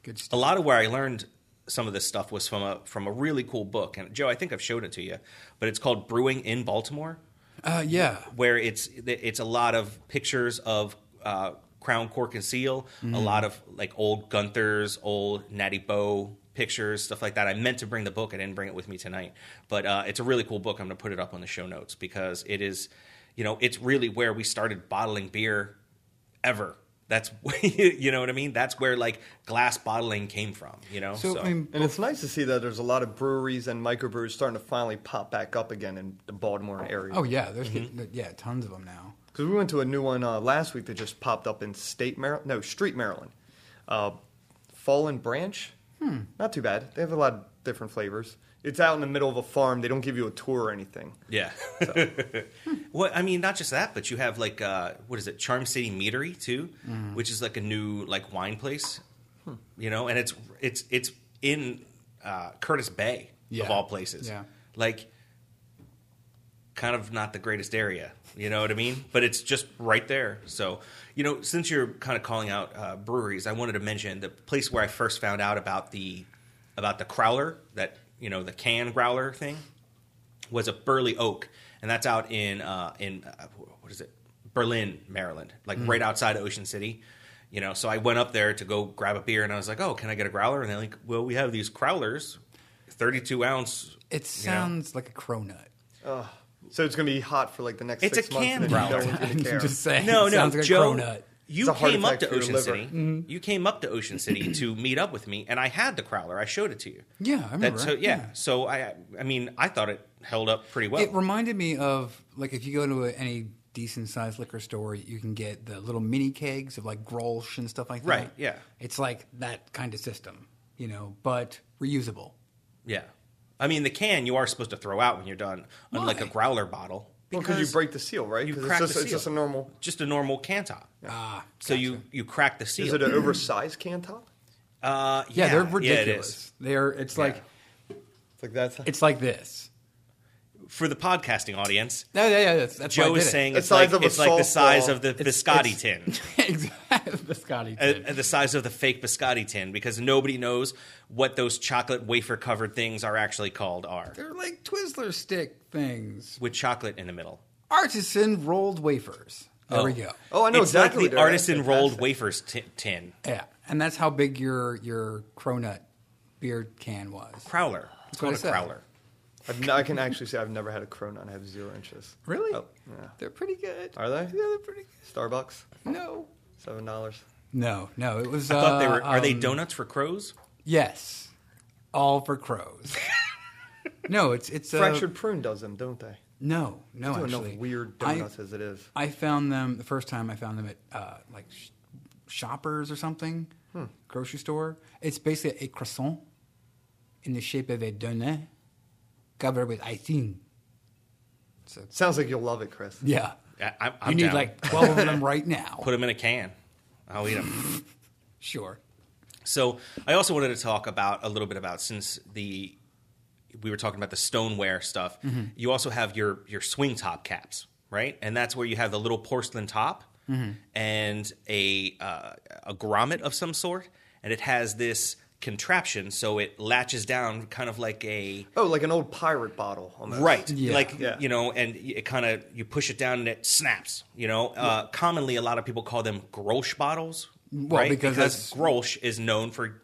B: good
C: a
B: stuff
C: lot of where I learned some of this stuff was from a from a really cool book. And Joe, I think I've showed it to you, but it's called Brewing in Baltimore,
B: uh, yeah
C: where it's it's a lot of pictures of uh, Crown Cork and Seal,
B: Mm-hmm.
C: a lot of like old Gunther's, old Natty Bow pictures, stuff like that. I meant to bring the book, I didn't bring it with me tonight, but uh, it's a really cool book. I'm going to put it up on the show notes because it is, you know, it's really where we started bottling beer ever. That's [laughs] you know what I mean. That's where like glass bottling came from. You know,
B: so, I mean,
D: And it's nice to see that there's a lot of breweries and microbrews starting to finally pop back up again in the Baltimore area.
B: oh yeah there's
C: Mm-hmm.
B: get- yeah tons of them now
D: Because we went to a new one uh, last week that just popped up in State Maryland, no, Street Maryland. Uh, Fallen Branch. Hmm. Not too bad. They have a lot of different flavors. it's out in the middle of a farm. They don't give you a tour or anything.
C: Yeah. [laughs] well, I mean, not just that, but you have like uh, what is it, Charm City Meadery too,
B: Mm-hmm.
C: which is like a new like wine place,
B: Hmm.
C: you know, and it's it's it's in uh, Curtis Bay
B: Yeah.
C: of all places.
B: Yeah.
C: Like, kind of not the greatest area, you know what I mean? But it's just right there. So, you know, since you're kind of calling out uh, breweries, I wanted to mention the place where I first found out about the about the crowler that you know the can growler thing was a burley oak, and that's out in uh, in uh, what is it, Berlin, Maryland, like
B: Mm.
C: right outside of Ocean City. You know, so I went up there to go grab a beer, and I was like, "Oh, can I get a growler?" And they're like, "Well, we have these crowlers, thirty-two ounce."
B: It [laughs]
C: you know?
B: sounds like a cronut.
D: So it's going to be hot for like the next
C: It's
D: six
C: a
D: months.
C: can
D: and then
C: route.
D: no one's going
C: [laughs]
D: to
B: [laughs]
D: care.
B: I'm just saying.
C: No,
B: it
C: no,
B: sounds like
C: Joe.
B: a cronut. Mm-hmm.
D: It's
C: You
D: a heart
C: came up
D: attack
C: to
D: for your
C: Ocean
D: liver.
C: City. You came up to Ocean City
B: [clears throat]
C: to meet up with me, and I had the crowler. I showed it to you.
B: Yeah, I remember.
C: That, so, yeah. So I, I mean, I thought it held up pretty well.
B: It reminded me of like if you go to a, any decent sized liquor store, you can get the little mini kegs of like Grolsch and stuff like that.
C: Right, yeah.
B: It's like that kind of system, you know, but reusable.
C: yeah. I mean, the can you are supposed to throw out when you're done, unlike a
B: Why?
C: growler bottle.
D: Well, because you break the seal, right?
C: you
D: 'Cause
C: crack
D: it's, just,
C: the
D: it's just a
C: seal.
D: normal.
C: just a normal can top. Uh,
B: Ah,
C: so you you crack the seal.
D: Is it an oversized can top?
C: uh,
B: Yeah,
C: yeah,
B: they're
C: yeah, it
B: ridiculous.
C: is.
B: They're it's like
D: It's like that's.
B: it's like this.
C: For the podcasting audience,
B: No, yeah, yeah. That's, that's why I
C: Joe
B: did
C: is
B: it.
C: saying
D: The
C: it's
D: size
C: like
D: of a
C: it's like the size
D: softball.
C: of the
B: It's-
C: biscotti
B: it's-
C: tin.
B: [laughs] exactly biscotti.
C: uh,
B: tin.
C: the size of the fake biscotti tin because nobody knows what those chocolate wafer covered things are actually called are
B: They're like Twizzler stick things.
C: with chocolate in the middle.
B: Artisan rolled wafers. There we go.
D: Oh, I know
C: it's
D: exactly.
C: like
D: what
C: the
D: they're at.
C: artisan
D: Fantastic.
C: rolled wafers ti tin
B: Yeah, and that's how big your your cronut beer can was.
C: crowler. It's
B: That's what
C: called a
B: I said.
C: crowler.
D: I've n- I can actually say I've never had a Corona. I have zero interest.
B: Really?
D: Oh, yeah.
B: They're pretty good.
D: Are they?
B: Yeah, they're pretty good.
D: Starbucks,
B: No.
D: seven dollars.
B: No, no. It was.
C: I thought they
B: uh,
C: were. Are they
B: um,
C: donuts for crows?
B: Yes. All for [laughs] crows. no, it's it's uh,
D: Fractured prune does them, don't they?
B: No, no.
D: They do
B: Oh, actually,
D: enough weird
B: I-
D: donuts as it is.
B: I found them the first time. I found them at uh, like sh- Shoppers or something,
C: Hmm.
B: grocery store. It's basically a croissant in the shape of a donut covered with icing.
D: Sounds like you'll love it, Chris.
B: Yeah,
C: I, I'm,
B: you
C: I'm
B: need
C: down.
B: like twelve of
C: [laughs]
B: them right now.
C: put them in a can. I'll eat them.
B: Sure.
C: So I also wanted to talk about a little bit about since the we were talking about the stoneware stuff.
B: Mm-hmm.
C: You also have your your swing top caps, right? And that's where you have the little porcelain top
B: Mm-hmm.
C: and a uh, a grommet of some sort, and it has this contraption so it latches down kind of like a
D: Oh, like an old pirate bottle, almost.
C: right
B: Yeah.
C: like
D: Yeah.
C: you know and it kind of you push it down and it snaps you know uh, commonly a lot of people call them grosh bottles
B: Well,
C: right
B: because that's-
C: grosh is known for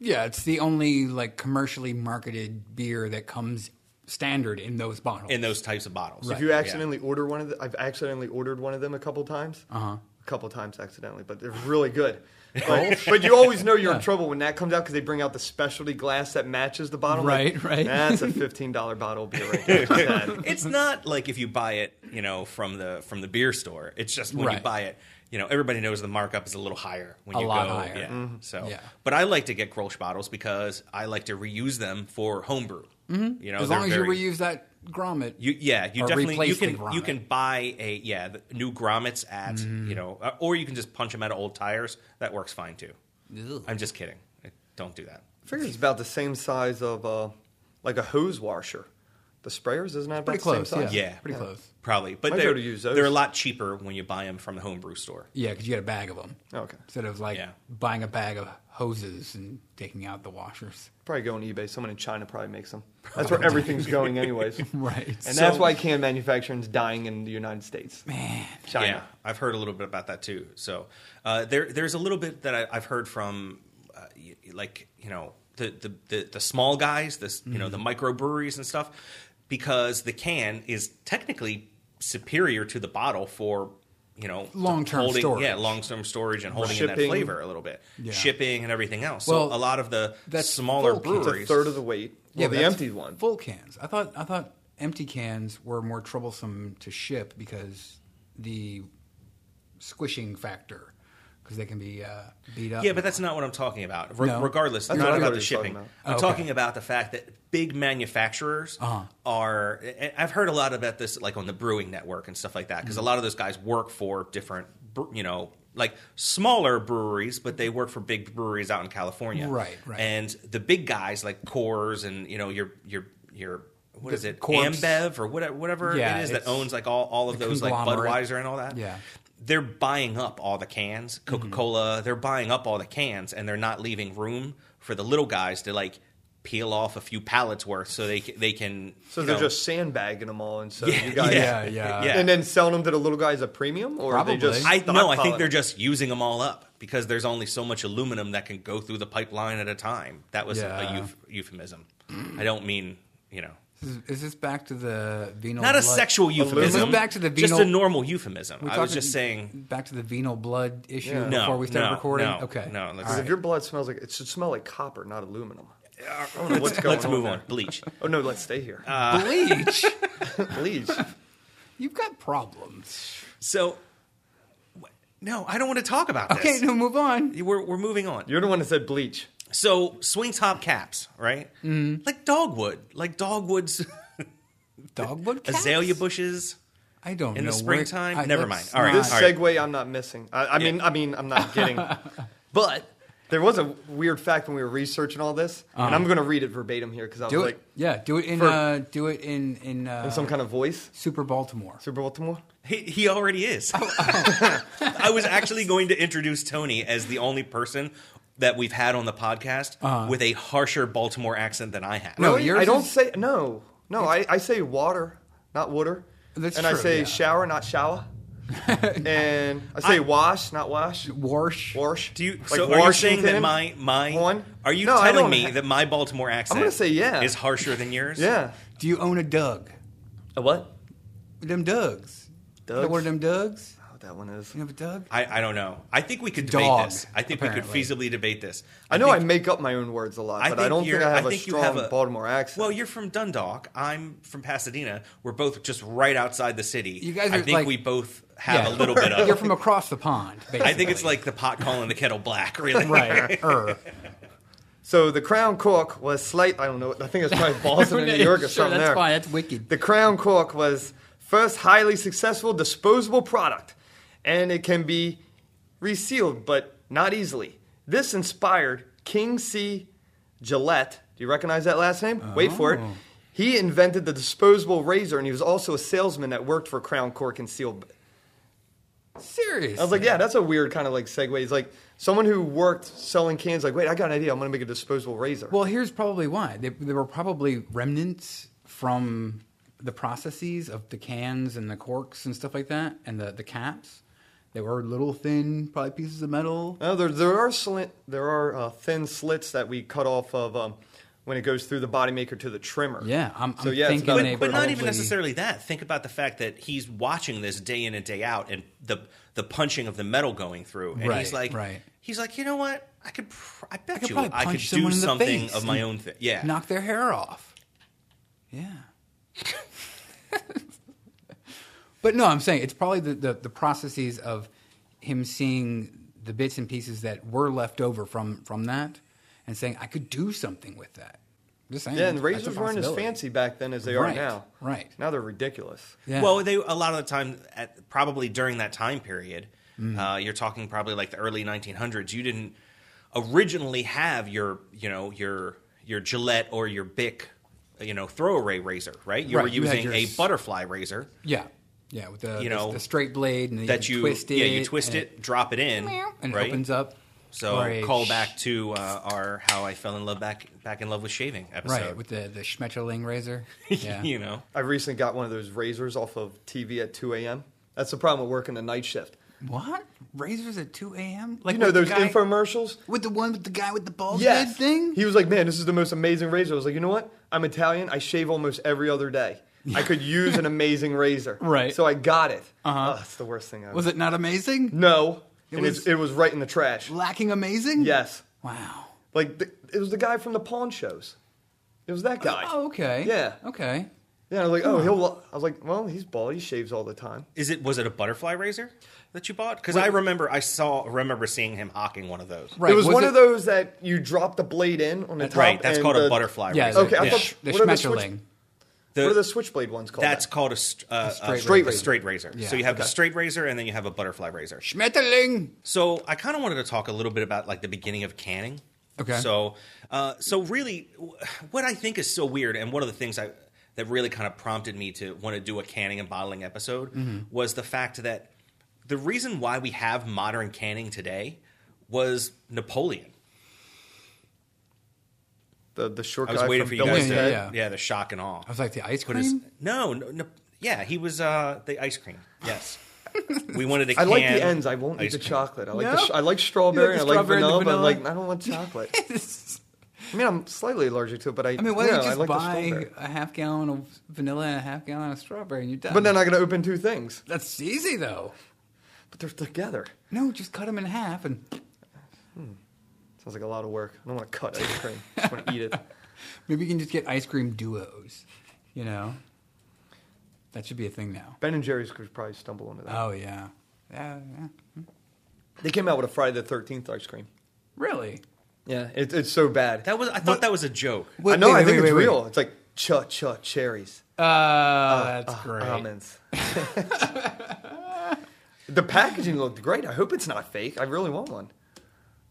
B: Yeah, it's the only like commercially marketed beer that comes standard in those bottles.
C: in those types of bottles.
D: If you accidentally order one of them, I've accidentally ordered one of them a couple times. Uh
B: Uh-huh.
D: huh. A couple times accidentally, but they're
B: [laughs]
D: really good. But, but you always know you're in trouble when that comes out because they bring out the specialty glass that matches the bottle.
B: Right, right. [laughs]
D: That's a fifteen dollar bottle of beer right there. Just that.
C: it's not like if you buy it, you know, from the from the beer store. It's just when
B: Right.
C: you buy it, you know, everybody knows the markup is a little higher when
B: A
C: you
B: lot
C: go.
B: higher.
C: Yeah.
D: Mm-hmm.
C: So,
B: Yeah.
C: but I like to get Grolsch bottles because I like to reuse them for homebrew. Mm-hmm. You know,
B: as
C: they're
B: long as
C: very-
B: you reuse that grommet.
C: You, yeah, you
B: Or
C: definitely you
B: replace the
C: can you
B: grommet.
C: can buy a yeah the new grommets at
D: Mm-hmm.
C: you know uh, or you can just punch them out of old tires that works fine too. I'm just kidding. Don't do that.
D: I figure it's about the same size of uh, like a hose washer. The sprayers isn't that about
B: pretty
D: the
B: close.
D: same
B: Yeah.
D: size?
C: Yeah.
B: pretty close.
C: Probably, but
D: Might be
C: they're,
D: able to use those.
C: they're a lot cheaper when you buy them from the homebrew store.
B: Yeah, because you get a bag of them
D: Oh, Okay.
B: instead of like
C: Yeah.
B: buying a bag of hoses and taking out the washers.
D: Probably go on eBay. Someone in China probably makes
B: [laughs]
D: them. That's where everything's going, anyways. And
B: Right.
D: that's why can manufacturing's dying in the United States.
B: man.
D: China.
C: Yeah, I've heard a little bit about that too. So uh, there, there's a little bit that I, I've heard from, uh, y- like you know, the the the, the small guys, this you know, the
B: Mm-hmm.
C: microbreweries and stuff, because the can is technically superior to the bottle for you know
B: Long-term
C: holding-
B: storage.
C: Yeah, long term storage and holding in that
D: Shipping.
C: flavor a little bit,
B: Yeah.
C: shipping and everything else.
B: Well,
C: so a lot of the
B: that's
C: smaller
B: full cans.
C: breweries,
D: It's a third of the weight. Well,
B: but
D: the
B: that's
D: empty one.
B: Full cans. I thought I thought empty cans were more troublesome to ship because the squishing factor. because they can be uh, beat up.
C: Yeah, but that's not what I'm talking about. Re-
B: No.
C: Regardless,
D: That's
C: not
D: what I
C: about
D: thought
C: the
D: he was talking
C: shipping.
D: about.
C: I'm
B: Oh, okay. Uh-huh.
C: talking about the fact that big manufacturers are. and I've heard a lot about this, like on the Brewing Network and stuff like that, because
B: Mm-hmm.
C: a lot of those guys work for different, bre- you know, like smaller breweries, but they work for big breweries out in California.
B: Right, right.
C: And the big guys like Coors and you know your your your what is it
B: Corpse.
C: Ambev or whatever whatever
B: Yeah,
C: it is that
B: it's
C: owns like all, all of
B: the
C: those like
B: conglomerate.
C: Budweiser and all that
B: Yeah. Mm-hmm.
C: they're buying up all the cans coca-cola they're buying up all the cans and they're not leaving room for the little guys to like peel off a few pallets worth so they c- they can
D: So
C: you
D: they're
C: know-
D: just [laughs] sandbagging them all, and so
C: Yeah,
D: you
C: [laughs]
D: guys,
B: yeah, yeah.
C: Yeah.
D: and then selling them to the little guy as a premium, or are they just
B: Probably.
C: i no i
D: stockpiling?
C: think they're just using them all up because there's only so much aluminum that can go through the pipeline at a time that was
B: Yeah.
C: a euf- euphemism i don't mean you know
B: Is, is this back to the venal?
C: not a
B: blood-
C: sexual euphemism
B: This is back to the
C: just a
B: venal-
C: normal euphemism
B: We
C: i was
B: talking
C: just saying
B: back to the venal blood issue
D: Yeah.
B: before
C: No,
B: we started
C: no,
B: recording.
C: no,
B: okay,
C: no, let's-
B: All
D: Because
B: right.
D: if your blood smells like it should smell like copper, not aluminum. I don't know what's going
C: let's move on
D: there.
C: bleach
D: Oh no, let's stay here,
C: Uh,
D: [laughs]
B: Uh,
C: [laughs]
B: bleach.
D: please.
B: You've got problems.
C: so wh- no i don't want to talk about this
B: Okay, no, move on.
C: we're, we're moving on
D: You're the one that said bleach.
C: So swing top caps, right?
B: Mm-hmm.
C: Mm. Like dogwood, like
B: [laughs]
C: dogwoods,
B: Dogwood cats?
C: azalea bushes.
B: I don't
C: in
B: know
C: the
B: where-
C: springtime?
B: I-
C: Never
B: that's
C: mind. All right,
B: not-
D: This
C: all right.
D: segue, I'm not missing. I, I mean, I mean, I'm
C: [laughs]
D: not getting.
C: But
D: there was a weird fact when we were researching all this,
C: Uh-huh.
D: and I'm going to read it verbatim here because I was
B: Do
D: like,
B: it. Yeah, do it in
D: For-
B: uh, do it in in, uh,
D: in some kind of voice,
B: Super Baltimore.
D: Super Baltimore.
C: he, he already is.
B: Oh,
C: [laughs] I was actually going to introduce Tony as the only person that we've had on the podcast with a harsher Baltimore accent than I have.
B: Uh-huh. No,
D: Really?
B: yours
D: I don't
B: is-
D: say no. No, I, I say water, not water.
B: That's
D: and I
B: true,
D: say
B: yeah.
D: shower, not
C: [laughs]
D: shower. and I say wash, not wash.
B: Warsh.
D: Wash.
C: Do you
D: Like
C: so are you saying
D: Washington?
C: that my my
D: One?
C: are you
D: No, I
C: telling
D: don't
C: me
D: ha-
C: that my Baltimore accent
D: gonna say yeah.
C: is harsher than yours?
D: Yeah.
B: Do you own a Doug?
D: A what?
B: Them Dugs.
D: Dugs?
B: You know what them Dugs?
D: Oh, that one is.
B: You have a Doug?
C: I, I don't know. I think we could debate
B: Dog,
C: this. I think we
B: apparently.
C: could feasibly debate this.
D: I know I
C: think-
D: make up my own words a lot, but I
C: think
D: don't think
C: you're-
D: I have a
C: think you
D: strong
C: have a-
D: Baltimore accent.
C: Well, you're from Dundalk. I'm from Pasadena. We're both just right outside the city.
B: You guys
C: I
B: are
C: think
B: like-
C: we both have a little bit
B: [laughs]
C: of.
B: You're from across the pond. Basically.
C: I think it's like the pot calling the kettle black.
B: [laughs]
C: Really,
B: right. er.
D: so the crown cook was slight. I don't know. I think it's probably
B: [laughs]
D: Boston or New York or
B: Sure,
D: something.
B: that's
D: there.
B: fine. That's wicked.
D: The crown cork was first highly successful disposable product, and it can be resealed, but not easily. This inspired King C. Gillette. Do you recognize that last name? Wait for it.
B: Oh.
D: He invented the disposable razor, and he was also a salesman that worked for Crown Cork and Seal.
B: Serious.
D: I was like, yeah, that's a weird kind of like segue. It's like someone who worked selling cans, like, wait, I got an idea. I'm going to make a disposable razor.
B: Well, here's probably why. They, there were probably remnants from the processes of the cans and the corks and stuff like that, and the, the caps. They were little thin, probably pieces of metal.
D: No, Uh, there there are slit, there are uh, thin slits that we cut off of um, when it goes through the body maker to the trimmer.
B: Yeah, I'm, I'm
D: So, yeah, it's
B: thinking
D: about-
B: they
C: But, but not even
B: probably-
C: necessarily that. Think about the fact that he's watching this day in and day out, and the the punching of the metal going through, and he's
B: Right,
C: like,
B: right.
C: he's like, you know what? I could, pr- I bet
B: I could
C: you,
B: probably
C: I
B: punch
C: could do
B: someone in the
C: something
B: face
C: of my
B: and
C: own thing. Yeah,
B: knock their hair off. Yeah. but no, I'm saying it's probably the, the, the processes of him seeing the bits and pieces that were left over from, from that and saying, I could do something with that. Just saying.
D: yeah, and
B: that's a
D: razors weren't as
B: possibility.
D: fancy back then as they are
B: Right,
D: now.
B: right.
D: now they're ridiculous.
B: Yeah.
C: Well, they a lot of the time, at, probably during that time period,
B: Mm-hmm.
C: uh, you're talking probably like the early 1900s. You didn't originally have your, you know, your your Gillette or your Bic, you know, throwaway razor, right? You were
B: Right, you had
C: using
B: your
C: a
B: s-
C: butterfly razor
B: yeah. Yeah, with the,
C: You
B: the-
C: know,
B: the straight blade and then
C: that you,
B: twist it.
C: yeah, you twist
B: and
C: it, drop it in,
B: and
C: right?
B: it opens up.
C: So
B: for a
C: call
B: sh-
C: back to uh, our how I fell in love back back in love with shaving episode.
B: Right, with the, the Schmetterling
C: [laughs]
B: razor. Yeah.
C: you know,
D: I recently got one of those razors off of TV at 2 a.m. That's the problem with working the night shift.
B: What? Razors at 2 a.m.? Like
D: You know
B: with the
D: those
B: guy-
D: infomercials?
B: With the one with the guy with the bald
D: Yes.
B: head thing?
D: He was like, man, this is the most amazing razor. I was like, you know what? I'm Italian. I shave almost every other day.
B: [laughs]
D: I could use an amazing razor.
B: Right.
D: So I got it. Uh-huh. Oh, it's the worst thing ever.
B: was it not amazing?
D: No.
B: It
D: and
B: was-
D: it's, it was right in the trash.
B: Lacking amazing?
D: Yes.
B: Wow.
D: Like the, it was the guy from the pawn shows. It was that guy.
B: Oh, okay.
D: Yeah.
B: Okay.
D: Yeah, I was like, oh, he'll. lo- I was like, well, he's bald. He shaves all the time.
C: Is it was it a butterfly razor that you bought? Because I remember I saw remember seeing him hawking one of those.
B: Right,
D: it was,
B: was
D: one
B: it-
D: of those that you drop the blade in on the top.
C: Right, that's
D: and
C: called a
D: the-
C: butterfly
B: Yeah,
C: razor.
B: the,
D: Okay, I
B: the,
D: thought-
B: sh- the
D: what are the switch-
B: Schmetterling.
C: The-
D: What are the switchblade ones called?
C: that's
D: that?
C: called a, st- uh,
B: straight
C: a
B: razor. Straight
C: a
B: razor.
C: straight razor.
B: Yeah,
C: So you have the
B: okay.
C: straight razor and then you have a butterfly razor.
B: Schmetterling.
C: So I kind of wanted to talk a little bit about like the beginning of canning.
B: Okay.
C: So, uh, so really, w- what I think is so weird, and one of the things I that really kind of prompted me to want to do a canning and bottling episode
B: Mm-hmm.
C: was the fact that the reason why we have modern canning today was Napoleon.
D: the the short
C: I was
D: guy
C: waiting
D: from
C: for you
D: Bill
C: guys
D: and
C: to,
B: Yeah,
D: Ted.
B: yeah.
C: yeah, the shock and awe.
B: I was like the ice
C: Put his-
B: cream.
C: no, no, no, yeah, he was uh, the ice cream. Yes, we wanted to.
D: [laughs] I
C: can
D: like the ends. I won't eat
C: ice
D: the
C: cream.
D: chocolate. I like
B: No?
D: the sh- I like strawberry.
B: You like the
D: I like
B: strawberry and
D: vanilla,
B: the
D: but like
B: vanilla?
D: I
B: [laughs]
D: don't want chocolate. I mean, I'm slightly allergic to it, but I.
B: I mean, why don't you
D: yeah, I
B: just
D: like the
B: buy
D: strawberry.
B: a half gallon of vanilla and a half gallon of strawberry and you're done?
D: But then I got to open two things.
B: That's easy though.
D: But they're together.
B: No, just cut them in half and.
D: Sounds like a lot of work. I don't want to cut ice cream. I just want to eat it.
B: [laughs] Maybe you can just get ice cream duos, you know? That should be a thing now.
D: Ben and Jerry's could probably stumble into that.
B: Oh, yeah. Yeah, yeah.
D: They came out with a Friday the Thirteenth ice cream.
B: Really?
D: Yeah, it, it's so bad.
C: That was I thought that was a joke.
D: I
B: Wait,
D: know.
B: wait,
D: I think
B: wait,
D: it's
B: wait, wait.
D: real. It's like cha cha cherries.
B: Uh,
D: Ah,
B: oh, that's great. [laughs]
D: Almonds. the packaging looked great. I hope it's not fake. I really want one,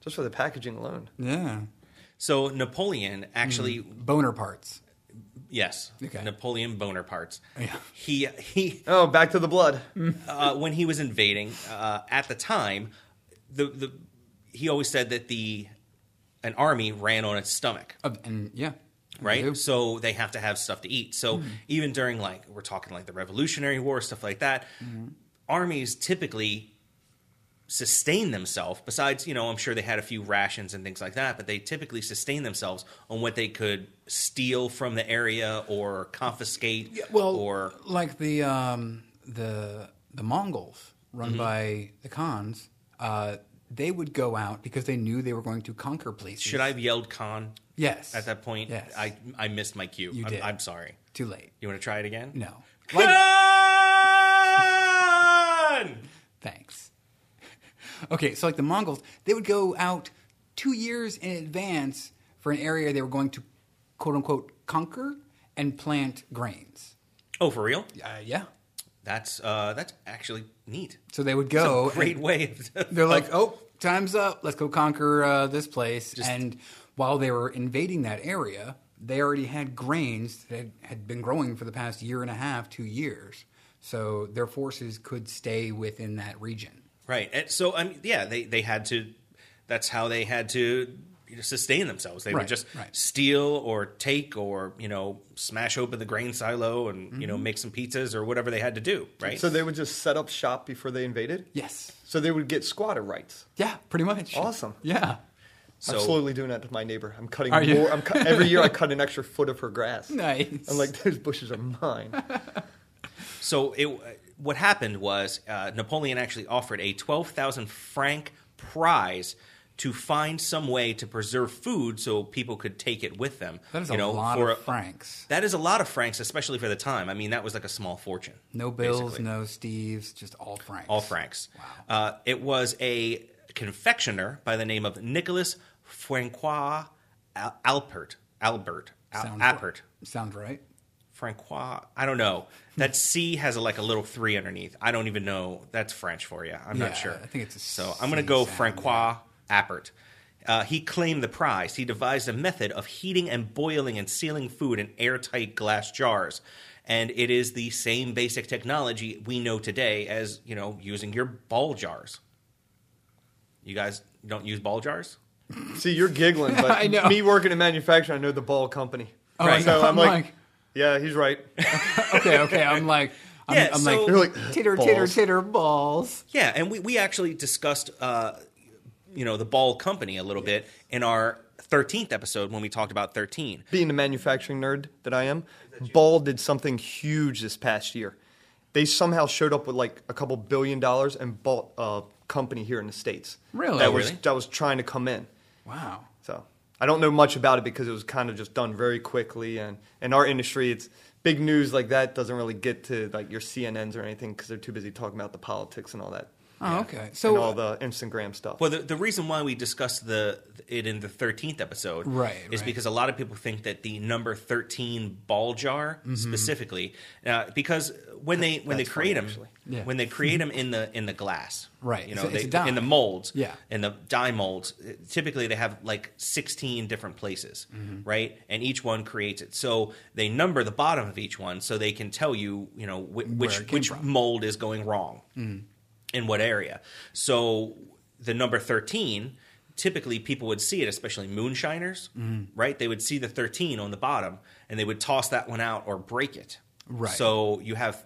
D: just for the packaging alone.
B: Yeah.
C: So Napoleon actually,
D: Mm-hmm.
B: Boner parts.
C: yes,
B: Okay.
C: Napoleon Bonaparte's.
B: Yeah.
C: He he
D: Oh, back to the blood.
B: Mm.
C: uh, when he was invading uh, at the time, the the he always said that the an army ran on its stomach,
B: Uh, and yeah. they do.
C: right? So they have to have stuff to eat. So
B: Mm-hmm.
C: even during like we're talking like the Revolutionary War stuff like that,
B: Mm-hmm.
C: armies typically sustain themselves besides you know i'm sure they had a few rations and things like that but they typically sustain themselves on what they could steal from the area or confiscate
B: Yeah, well,
C: or
B: like the um, the the Mongols run
C: Mm-hmm.
B: by the Khans, uh, they would go out because they knew they were going to conquer places.
C: should i have yelled con
B: Yes.
C: at that point
B: Yes.
C: i i missed my cue
B: You
C: I'm,
B: did.
C: I'm sorry
B: Too late.
C: you want to try it again
B: No.
C: [laughs] Con!
B: Thanks. [laughs] Okay, so like the Mongols, they would go out two years in advance for an area they were going to quote unquote conquer and plant grains.
C: oh for real
B: Uh, yeah.
C: that's uh that's actually neat
B: So they would go.
C: great
B: Oh, and
C: way of, [laughs]
B: They're like, oh, time's up. Let's go conquer uh, this place. and while they were invading that area, they already had grains that had, had been growing for the past year and a half, two years. So their forces could stay within that region.
C: Right. And so I mean, yeah, they they had to. That's how they had to you know, sustain themselves. They
B: Right,
C: would just
B: right.
C: steal or take or you know smash open the grain silo and you
B: Mm-hmm.
C: know make some pizzas or whatever they had to do. Right.
D: So they would just set up shop before they invaded.
B: Yes.
D: So they would get squatter rights.
B: Yeah, pretty much.
D: Awesome.
B: Yeah.
D: I'm
C: So-
D: slowly doing that to my neighbor. I'm cutting
B: Are you?
D: more. I'm cut, every
B: [laughs]
D: year I cut an extra foot of her grass.
B: Nice.
D: I'm like those bushes are mine.
C: So it what happened was uh, Napoleon actually offered a twelve thousand franc prize to find some way to preserve food so people could take it with them.
B: that is
C: you
B: a
C: know,
B: lot
C: for
B: of
C: a-
B: francs.
C: That is a lot of francs, especially for the time. I mean, that was like a small fortune.
B: No bills,
C: basically.
B: no Steves, just all francs.
C: All francs. Uh, it was a confectioner by the name of Nicholas Francois Al- Alpert. Albert. Al-
B: Sounds
C: Appert.
B: Sounds right.
C: Francois. I don't know. That C has a, like a little three underneath. I don't even know. That's French for you. I'm
B: Yeah,
C: not sure.
B: I think it's a
C: so.
B: C
C: I'm going to go
B: sound,
C: Francois Appert. Uh, he claimed the prize. He devised a method of heating and boiling and sealing food in airtight glass jars, and it is the same basic technology we know today as you know using your ball jars. You guys don't use ball jars.
D: See, you're giggling,
B: [laughs]
D: but
B: I know.
D: me working in manufacturing, I know the ball company.
B: Oh, I
C: Right.
B: know.
D: So I'm like, yeah, he's right.
B: okay, okay. I'm like, I'm,
C: Yeah,
B: I'm
C: so-
B: like,
D: You're like
B: titter,
D: balls.
B: titter, titter, balls.
C: Yeah, and we, we actually discussed, uh, you know, the Ball Company a little bit in our 13th episode when we talked about 13.
D: being the manufacturing nerd that I am, Ball did something huge this past year. They somehow showed up with like a couple billion dollars and bought a company here in the states.
B: Really?
D: That
B: Oh,
D: was
C: really?
D: that was trying to come in.
B: Wow.
D: So I don't know much about it because it was kind of just done very quickly. And in our industry, it's big news like that doesn't really get to like your CNNs or anything because they're too busy talking about the politics and all that.
B: Oh, okay. So
D: and all the Instagram stuff.
C: Well, the, the reason why we discussed the it in the thirteenth episode,
B: Right,
C: is
B: right.
C: because a lot of people think that the number thirteen ball jar
B: Mm-hmm.
C: specifically, uh, because when they when
D: That's
C: they create
D: funny,
C: them,
D: actually.
B: Yeah.
C: when they create them in the in the glass,
B: Right,
C: You
B: it's
C: know,
B: a- it's
C: they,
B: a die.
C: in the molds,
B: Yeah.
C: in the die molds. uh, Typically, they have like sixteen different places,
B: Mm-hmm.
C: right? And each one creates it, so they number the bottom of each one, so they can tell you, you know, whi- which
B: it came
C: which
B: from.
C: mold is going wrong in what area. So the number 13, typically people would see it, especially moonshiners,
B: Mm-hmm.
C: right? They would see the 13 on the bottom and they would toss that one out or break it.
B: Right.
C: So you have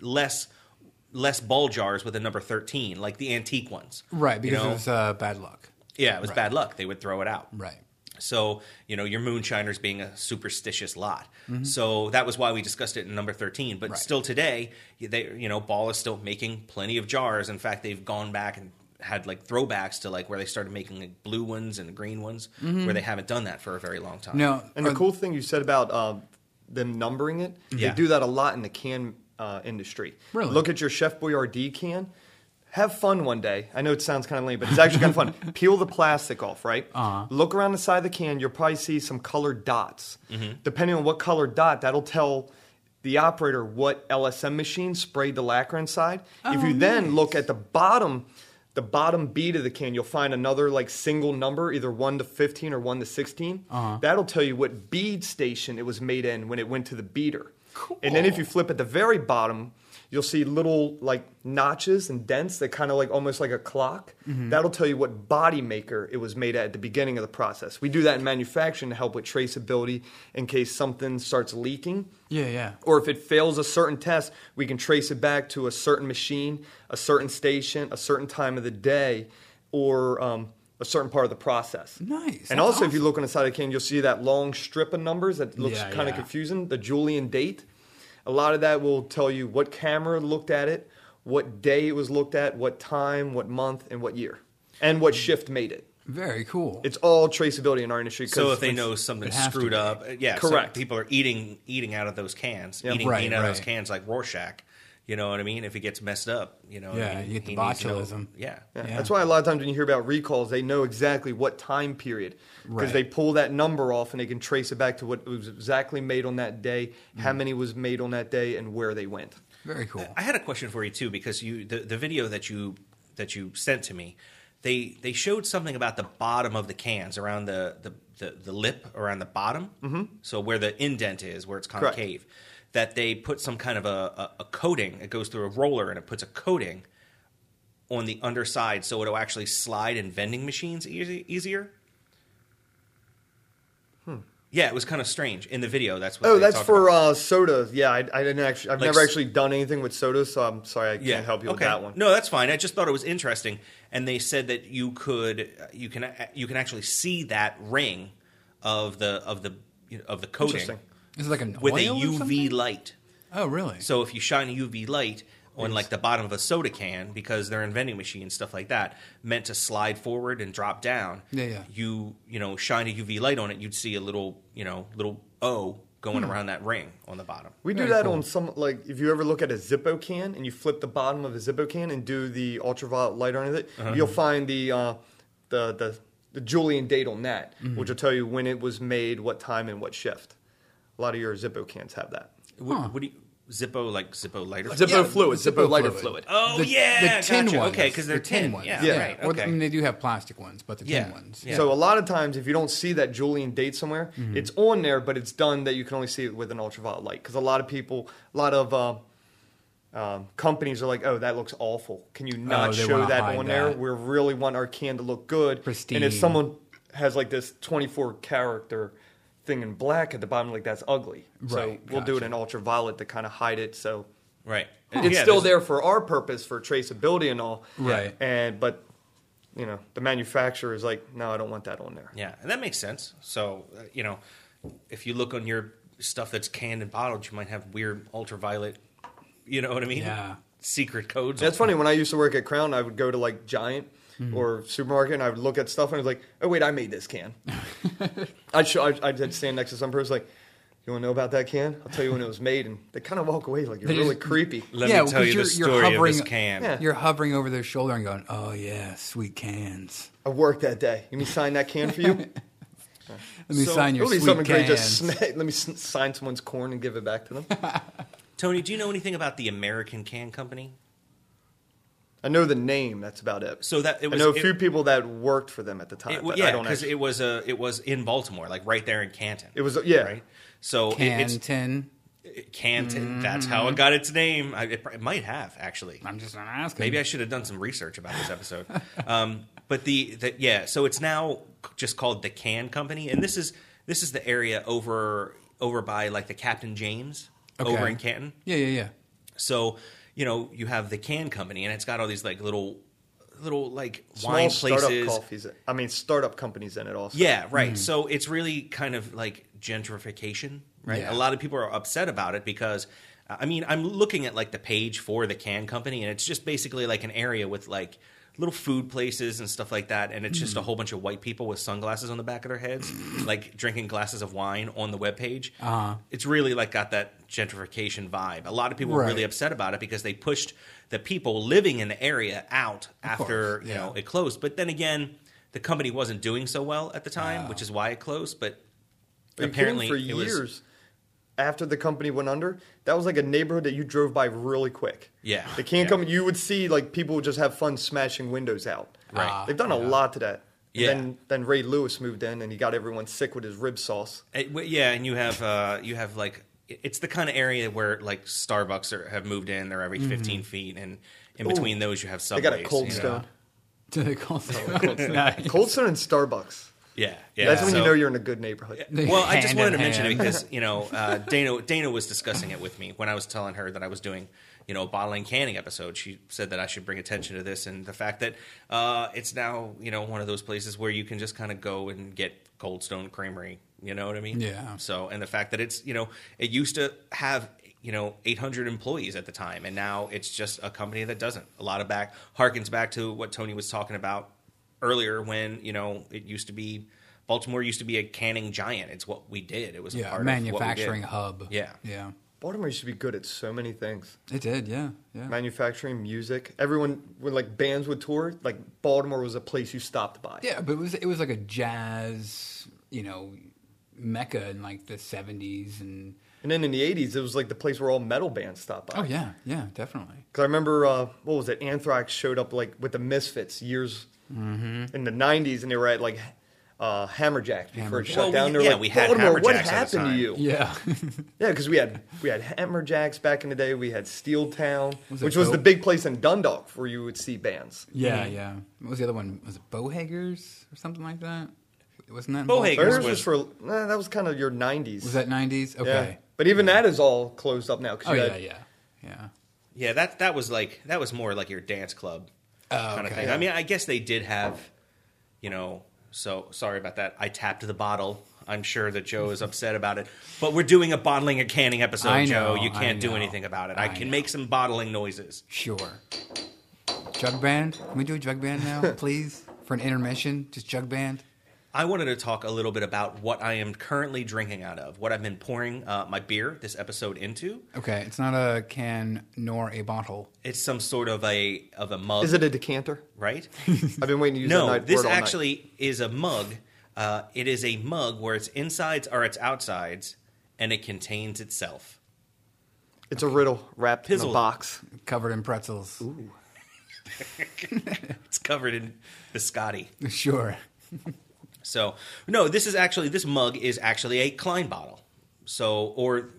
C: less less ball jars with the number 13, like the antique ones.
B: right
C: you
B: because
C: know?
B: it was uh, bad luck.
C: yeah, it was bad luck. They would throw it out.
B: Right.
C: So, you know, your moonshiners being a superstitious lot. So that was why we discussed it in number 13. But
B: Mm-hmm. Right.
C: still today, they, you know, Ball is still making plenty of jars. In fact, they've gone back and had like throwbacks to like where they started making like blue ones and green ones, where they haven't done that for a very long time.
B: Mm-hmm. No.
D: And the cool thing you said about uh, them numbering it,
C: Yeah.
D: they do that a lot in the can uh, industry.
B: Really?
D: Look at your Chef Boyardee can. Have fun one day. I know it sounds kind of lame, but it's actually kind [laughs] of fun. Peel the plastic off, right? Uh-huh. Look around the side of the can. You'll probably see some colored dots. Depending on what colored dot, that'll tell the operator what LSM machine sprayed the lacquer inside. if you then look at the bottom, the bottom bead of the can, you'll find another like single number, either one to fifteen or one to 16 Uh-huh. That'll tell you what bead station it was made in when it went to the beater. And then if you flip at the very bottom, you'll see little like notches and dents that kind of like almost like a clock. That'll tell you what body maker it was made at at the beginning of the process. We do that in manufacturing to help with traceability in case something starts leaking.
B: Yeah, yeah.
D: Or if it fails a certain test, we can trace it back to a certain machine, a certain station, a certain time of the day, or um, a certain part of the process.
B: Nice.
D: And
B: That's
D: also, if you
B: awesome.
D: look on the side of the can, you'll see that long strip of numbers that looks
B: Yeah,
D: kind of
B: yeah.
D: confusing. The Julian date. A lot of that will tell you what camera looked at it, what day it was looked at, what time, what month, and what year, and what shift made it.
B: Very cool.
D: It's all traceability in our industry. 'cause
C: So if they
D: when-
C: know something's
B: It has to
C: screwed
B: be.
C: up, uh, yeah, so
D: Correct.
C: people are eating eating out of those cans,
D: Yeah.
C: eating,
B: Right,
C: eating out of those
B: right.
C: cans like Rorschach. You know what I mean? If it gets messed up, you know, what I
B: Yeah,
C: mean?
B: you get the
C: He needs to know-
B: botulism.
C: yeah,
D: Yeah,
B: Yeah.
D: That's why a lot of times when you hear about recalls, they know exactly what time period because
B: Right.
D: they pull that number off and they can trace it back to what was exactly made on that day,
C: Hmm.
D: how many was made on that day, and where they went.
B: Very cool.
C: I had a question for you too because you the, the video that you that you sent to me, they they showed something about the bottom of the cans around the the, the, the lip around the bottom, mm-hmm. so where the indent is, where it's
D: Correct.
C: concave. That they put some kind of a, a, a coating. It goes through a roller and it puts a coating on the underside, so it'll actually slide in vending machines easy, easier. Yeah, it was kind of strange in the video. That's what.
D: Hmm. Oh,
C: they
D: that's
C: talked
D: for
C: about.
D: uh, soda. Yeah, I, I didn't actually. I've
C: Like
D: never
C: s-
D: actually done anything with soda, so I'm sorry I can't help you with
C: Okay.
D: that one.
C: No, that's fine. I just thought it was interesting, and they said that you could you can you can actually see that ring of the of the of the coating
D: Interesting.
B: Is it like an
C: with a
B: oil or
C: UV
B: something?
C: light.
B: Oh, really?
C: So if you shine a UV light on like the bottom of a soda can because they're in vending machines stuff like that meant to slide forward and drop down
B: Yeah, yeah.
C: you you know shine a uv light on it you'd see a little you know little o
D: Hmm.
C: going around that ring on the bottom
D: We do
B: Very
D: that
B: cool.
D: on some like if you ever look at a Zippo can and you flip the bottom of a Zippo can and do the ultraviolet light on it,
B: Uh-huh.
D: you'll find the uh, the the the Julian date on that,
B: Mm-hmm.
D: which will tell you when it was made, what time, and what shift. A lot of your Zippo cans have that.
C: What-
B: Huh.
C: what do you zippo like zippo lighter
D: Zippo
B: Yeah,
D: fluid,
B: the
D: Zippo, lighter fluid.
C: Oh, yeah,
B: the tin
C: gotcha.
B: ones.
C: Okay, 'cause they're
B: the tin,
C: tin.
B: ones.
C: Yeah,
D: Yeah.
C: right,
B: Or the-
C: okay.
B: I mean, they do have plastic ones, but the tin
C: Yeah,
B: ones.
C: yeah.
D: So a lot of times, if you don't see that Julian date somewhere,
B: Mm-hmm.
D: it's on there, but it's done that you can only see it with an ultraviolet light. Because a lot of people, a lot of uh, um, companies are like, "Oh, that looks awful. Can you not
B: Oh, they
D: show
B: wanna
D: that
B: hide
D: on there?
B: that.
D: We really want our can to look good." And
B: Pristine.
D: if someone has like this 24 character thing in black at the bottom, like that's ugly. so
B: Right,
D: we'll do it
B: gotcha.
D: in ultraviolet to kind of hide it. So
C: Right.
D: it's
C: Yeah,
D: still
C: there's-
D: there for our purpose for traceability and all.
B: Right.
D: And but. You know, the manufacturer is like, no, I don't want that on there.
C: Yeah, and that makes sense. So, uh, you know, if you look on your stuff that's canned and bottled, you might have weird ultraviolet, you know what I mean?
B: Yeah.
C: Secret codes.
D: That's funny. When I used to work at Crown, I would go to like Giant
B: Mm-hmm.
D: or supermarket, and I would look
B: [laughs]
D: at stuff, and I was like, "Oh wait, I made this can." I'd show. I'd, I'd stand next to some person like, You want to know about that can? I'll tell you when it was made, and they kind of walk away like you're
B: They
D: really
B: just-
D: creepy.
C: Let
B: Yeah,
C: me tell you the
B: because you're- you're
C: story of
B: hovering-
C: this can.
D: Yeah.
B: You're hovering over their shoulder and going, "Oh yeah, sweet cans.
D: I worked that day. You mean sign that can
B: [laughs]
D: for you?
B: Let me
C: So,
B: sign your
D: It'll be
B: sweet
D: something
B: cans."
D: great. Just sna- let me s- sign someone's corn and give it back to them.
C: Tony, do you know anything about the American Can Company?
D: I know the name. That's about it.
C: So that- it was-
D: I know a
C: it-
D: few people that worked for them at the time.
C: It,
D: but I
C: yeah,
D: don't
C: because
D: actually,
C: it was a it was in Baltimore, like right there in Canton.
D: it was yeah.
C: right. So it- it's
B: Canton. Mm.
C: it- Canton. That's how it got its name. I, it, pr- it might have actually.
B: I'm just not asking.
C: Maybe I should have done some research about this episode. um, but the, the yeah, so it's now c- just called the Can Company, and this is this is the area over over by like the Captain James over
B: Okay.
C: in Canton.
B: Yeah, yeah, [laughs] yeah.
C: So you know you have the Can Company, and it's got all these like little little like
D: Small
C: wine
D: startup
C: places.
D: coffees. I mean, startup companies in it also.
C: Yeah,
B: Mm-hmm.
C: right. So it's really kind of like gentrification, right?
B: Yeah.
C: A lot of people are upset about it because uh, I mean, I'm looking at like the page for the can company and it's just basically like an area with like little food places and stuff like that and it's just
B: Mm.
C: a whole bunch of white people with sunglasses on the back of
B: [laughs]
C: their heads like drinking glasses of wine on the webpage uh-huh. it's really like got that gentrification vibe a lot of people were
B: Right.
C: really upset about it because they pushed the people living in the area out after
B: course,
C: you know
B: yeah.
C: it closed but then again the company wasn't doing so well at the time which is why it closed but
D: Are you kidding?
C: apparently
D: Ah. for
C: it was-
D: years after the company went under, that was like a neighborhood that you drove by really quick.
C: Yeah.
D: the can
C: Yeah.
D: company. You would see like people would just have fun smashing windows out.
C: Right. Ah,
D: They've done a lot to that. And
C: Yeah.
D: Then then Ray Lewis moved in and he got everyone sick with his rib sauce.
C: It- w- yeah, and you have uh, you have like it- it's the kind of area where like Starbucks are, have moved in. They're every 15 feet, and in between those you have
D: Mm-hmm. They
C: subways.
D: got a Cold
C: you know?
D: Stone.
B: [laughs] To the Cold Stone. Nice.
D: Cold Stone and Starbucks.
C: Yeah, yeah.
D: That's when
C: so-
D: you know you're in a good neighborhood.
C: Well,
D: [laughs]
C: I just
B: Hand
C: wanted to
B: in
C: mention it
B: hand.
C: because you know uh, Dana Dana was discussing it with me when I was telling her that I was doing you know a bottling canning episode. She said that I should bring attention to this and the fact that uh, it's now you know one of those places where you can just kind of go and get Cold Stone Creamery. You know what I mean?
B: Yeah.
C: So and the fact that it's you know it used to have you know 800 employees at the time and now it's just a company that doesn't a lot of back harkens back to what tony was talking about earlier when you know it used to be Baltimore used to be a canning giant. It's what we did. It was a
B: Yeah,
C: part
B: manufacturing
C: of
B: hub.
C: what Yeah.
B: yeah,
D: Baltimore used to be good at so many things.
B: it did. Yeah, yeah.
D: Manufacturing, music. Everyone when like bands would tour, like Baltimore was a place you stopped by.
B: Yeah, but it was it was like a jazz, you know, mecca in like the seventies and
D: And then in the eighties it was like the place where all metal bands stopped by.
B: oh yeah, yeah, definitely.
D: Because I remember, uh, what was it? Anthrax showed up like with the Misfits years
B: Mm-hmm.
D: in the '90s, and they were at like uh, Hammerjacks before
B: Hammerjacks.
D: it shut
C: Well, we-
D: down. They're
C: yeah,
D: like,
C: we had
D: Baltimore, what
C: Hammerjacks at the
D: happened to
C: time."
D: you?
B: Yeah, [laughs]
D: Yeah, because we had we had Hammerjacks back in the day. We had Steel Town,
B: Was it
D: which was the
B: Bo-
D: big place in Dundalk where you would see bands.
B: yeah, yeah. What was the other one? Was it Bohagers or something like that? Wasn't that in
C: Bohagers.
B: Baltimore?
D: Theirs
C: was-
D: was for nah, that was kind of your '90s.
B: Was that nineties?
D: yeah.
B: Okay.
D: But even that is all closed up now. 'cause
B: Oh
D: you
B: yeah,
D: had-
B: yeah, yeah.
C: Yeah, that that was like that was more like your dance club
B: Oh,
C: kind of
B: okay.
C: thing. I mean, I guess they did have, you know. So sorry about that. I tapped the bottle. I'm sure that Joe is upset about it, but we're doing a bottling and canning episode,
B: I know,
C: Joe. You
B: I
C: can't do
B: know,
C: anything about it. I,
B: I
C: can
B: know.
C: make some bottling noises.
B: Sure. Jug band? Can we do a jug band
C: [laughs]
B: now, please? For an intermission, just jug band.
C: I wanted to talk a little bit about what I am currently drinking out of, what I've been pouring uh, my beer this episode into.
B: Okay, it's not a can nor a bottle.
C: It's some sort of a of a mug,
D: Is it a decanter?
C: [laughs] right?
D: I've been waiting to use that
C: No,
D: night-
C: this
D: word all night.
C: actually is a mug. Uh, it is a mug where its insides are its outsides, and it contains itself.
D: it's a riddle wrapped in
C: Pizzle.
D: a box.
B: Covered in pretzels.
C: It's covered in biscotti.
B: [laughs] Sure.
C: So no, this is actually this mug is actually a Klein bottle. So or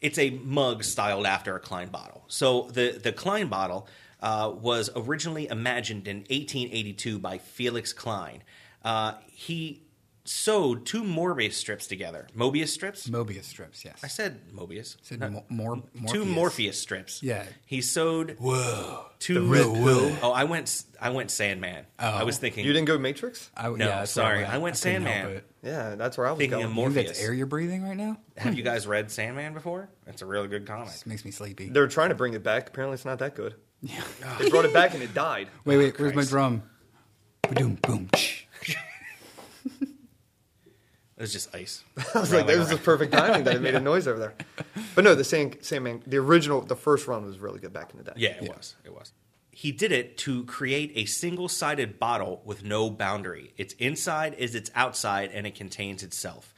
C: it's a mug styled after a Klein bottle. So the the Klein bottle uh, was originally imagined in 1882 by Felix Klein. Uh, he sewed two Morbius strips together. Mobius strips.
B: Mobius strips, yes.
C: I said Mobius.
B: said
C: Not-
B: mo- more,
C: two
B: Morpheus.
C: Morpheus strips.
B: Yeah.
C: He sewed
B: Whoa.
C: two
B: red pill.
C: Oh, I went s- I went Sandman.
B: Oh.
C: I was thinking
D: You didn't go Matrix?
B: I,
C: No,
B: that's
C: sorry,
B: where
C: I went
B: couldn't help
C: Sandman.
B: it.
D: Yeah, that's where I was
C: thinking
D: going.
C: of
B: You think
C: Morpheus.
B: that's air you're breathing right now?
C: Have you guys read Sandman before? It's a really good comic.
B: This makes me sleepy.
D: They're trying to bring it back. Apparently, it's not that good. they brought it back and
C: [laughs]
D: it died.
B: wait, wait, where's my
C: Christ.
B: drum? Boom, boom, tsh.
C: It was just ice.
D: [laughs] I was like, that was the perfect timing that
C: [laughs]
D: it made a noise over there. But no, the same, same man, the original, the first run was really good back in the day.
C: Yeah, it was. It was. He did it to create a single sided bottle with no boundary. Its inside is its outside, and it contains itself.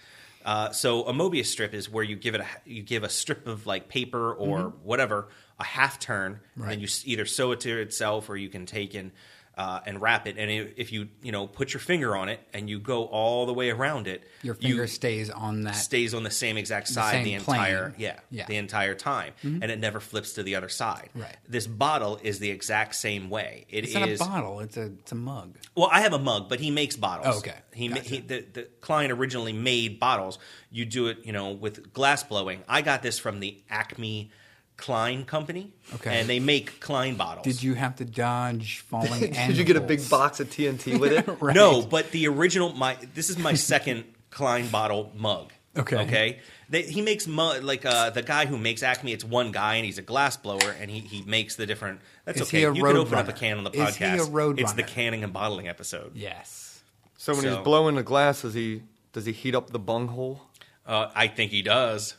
C: Uh, so a Mobius strip is where you give it a, you give a strip of like paper or whatever a half turn, and then you s- either sew it to itself or you can take and uh, and wrap it. And i- if you you know put your finger on it and you go all the way around it,
B: Your
C: you-
B: finger stays on that.
C: stays on the same exact side
B: same
C: the, entire
B: plane.
C: yeah,
B: Yeah. Mm-hmm.
C: the entire time and it never flips to the other side
B: Right.
C: this bottle is the exact same way It
B: it's not
C: is-
B: a bottle. It's a it's a mug.
C: well i have a mug but he makes bottles
B: Oh, okay.
C: he, ma-
B: Gotcha.
C: he the, the client originally made bottles you do it you know with glass blowing i got this from the acme klein company
B: Okay.
C: and they make klein bottles
B: Did you have to dodge falling?
C: [laughs]
D: [laughs] Did you get a big
B: box?
D: box of TNT with it?
B: [laughs] Right.
C: No, but the original my this
B: [laughs]
C: is my second Klein bottle mug.
B: Okay.
C: Okay. They, he makes mug like uh, the guy who makes Acme. It's one guy, and he's a glass blower, and he, he makes the different. That's
B: Is
C: okay.
B: he a
C: you
B: road
C: can open up a
B: runner?
C: can on the podcast.
B: Is he a road
C: it's the
B: runner?
C: canning and bottling episode.
B: Yes.
D: So when he's
C: So-
D: blowing the glass, does he does he heat up the bunghole?
C: Uh, I think he does.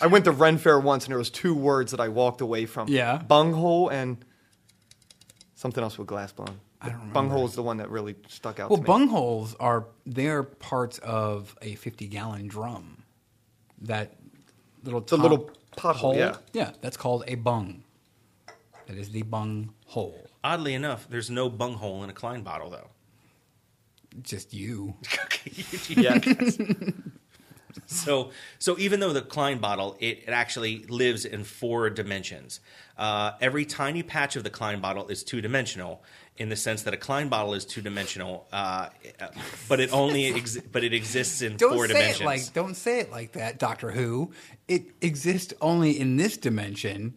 D: I went to Ren Fair once, and there was two words that I walked away from.
B: Yeah.
D: bunghole and something else with glass blown.
B: I don't remember.
D: Bunghole is the one that really stuck out.
B: Well,
D: to me.
B: bungholes are they're parts of a fifty-gallon drum. That little
D: The
B: top
D: little pothole,
B: hole.
D: yeah.
B: that's called a bung. That is the bung hole.
C: Oddly enough, there's no bunghole in a Klein bottle though.
B: Just
C: [laughs]
B: you.
D: Yeah.
C: So, so even though the Klein bottle, it, it actually lives in four dimensions. Uh, every tiny patch of the Klein bottle is two dimensional, in the sense that a Klein bottle is two dimensional, uh, uh, but it only ex- but it exists in
B: Don't
C: four
B: say
C: dimensions.
B: it like don't say it like that, Doctor Who. It exists only in this dimension.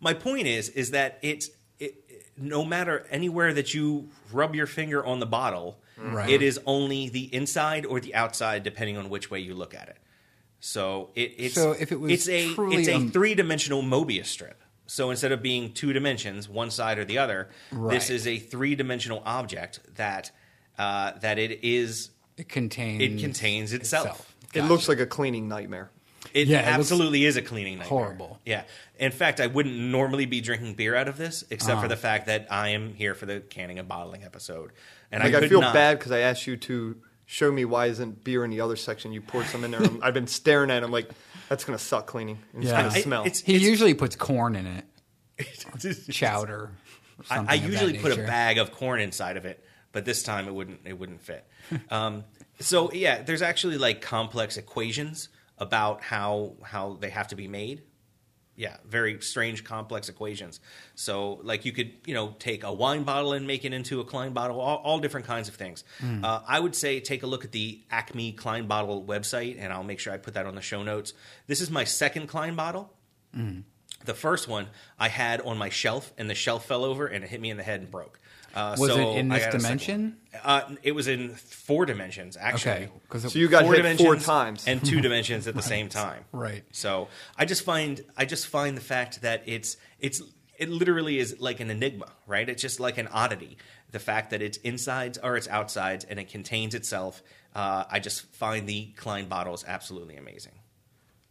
C: My point is, is that it's it, no matter anywhere that you rub your finger on the bottle,
B: Right.
C: it is only the inside or the outside, depending on which way you look at it. So it, it's
B: So if it was
C: it's a
B: truly
C: it's a
B: um,
C: three dimensional Mobius strip. So instead of being two dimensions, one side or the other,
B: Right.
C: this is a three dimensional object that uh, that it is.
B: It contains
C: It contains itself.
D: it looks like a cleaning nightmare.
C: It
B: Yeah, it looks
C: absolutely is a cleaning nightmare.
B: horrible.
C: Yeah. In fact, I wouldn't normally be drinking beer out of this, except
B: Uh-huh.
C: for the fact that I am here for the canning and bottling episode, and
D: Like
C: I,
D: I,
C: could
D: feel
B: [laughs]
C: not-
D: bad because I asked you to show me why isn't beer in the other section. You poured some in there. and I've been staring at. it. I'm like, that's gonna suck cleaning. And It's
B: Yeah.
D: gonna
B: I-
D: smell.
C: it's-
B: He usually puts corn in it, chowder. or
C: I, I
B: something of that
C: usually put a
B: nature.
C: bag of corn inside of it, but this time it wouldn't. It
B: [laughs]
C: wouldn't fit. um, so yeah, there's actually like complex equations about how how they have to be made. Yeah, very strange, complex equations. So, like, you could, you know, take a wine bottle and make it into a Klein bottle, all, all different kinds of things.
B: Hmm.
C: Uh, I would say take a look at the Acme Klein bottle website, and I'll make sure I put that on the show notes. This is my second Klein bottle.
B: Hmm.
C: The first one I had on my shelf, and the shelf fell over and it hit me in the head and broke. Uh,
B: Was
C: so
B: it in
C: I
B: this
C: got a second
B: dimension?
C: one. Uh, it was in four dimensions, actually.
B: Okay, because
D: so you got hit four
C: dimensions
D: times.
C: and two dimensions at the same time.
B: [laughs] right.
C: So I just find I just find the fact that it's it's it literally is like an enigma, right? It's just like an oddity. The fact that its insides are its outsides and it contains itself. Uh, I just find the Klein bottles absolutely amazing.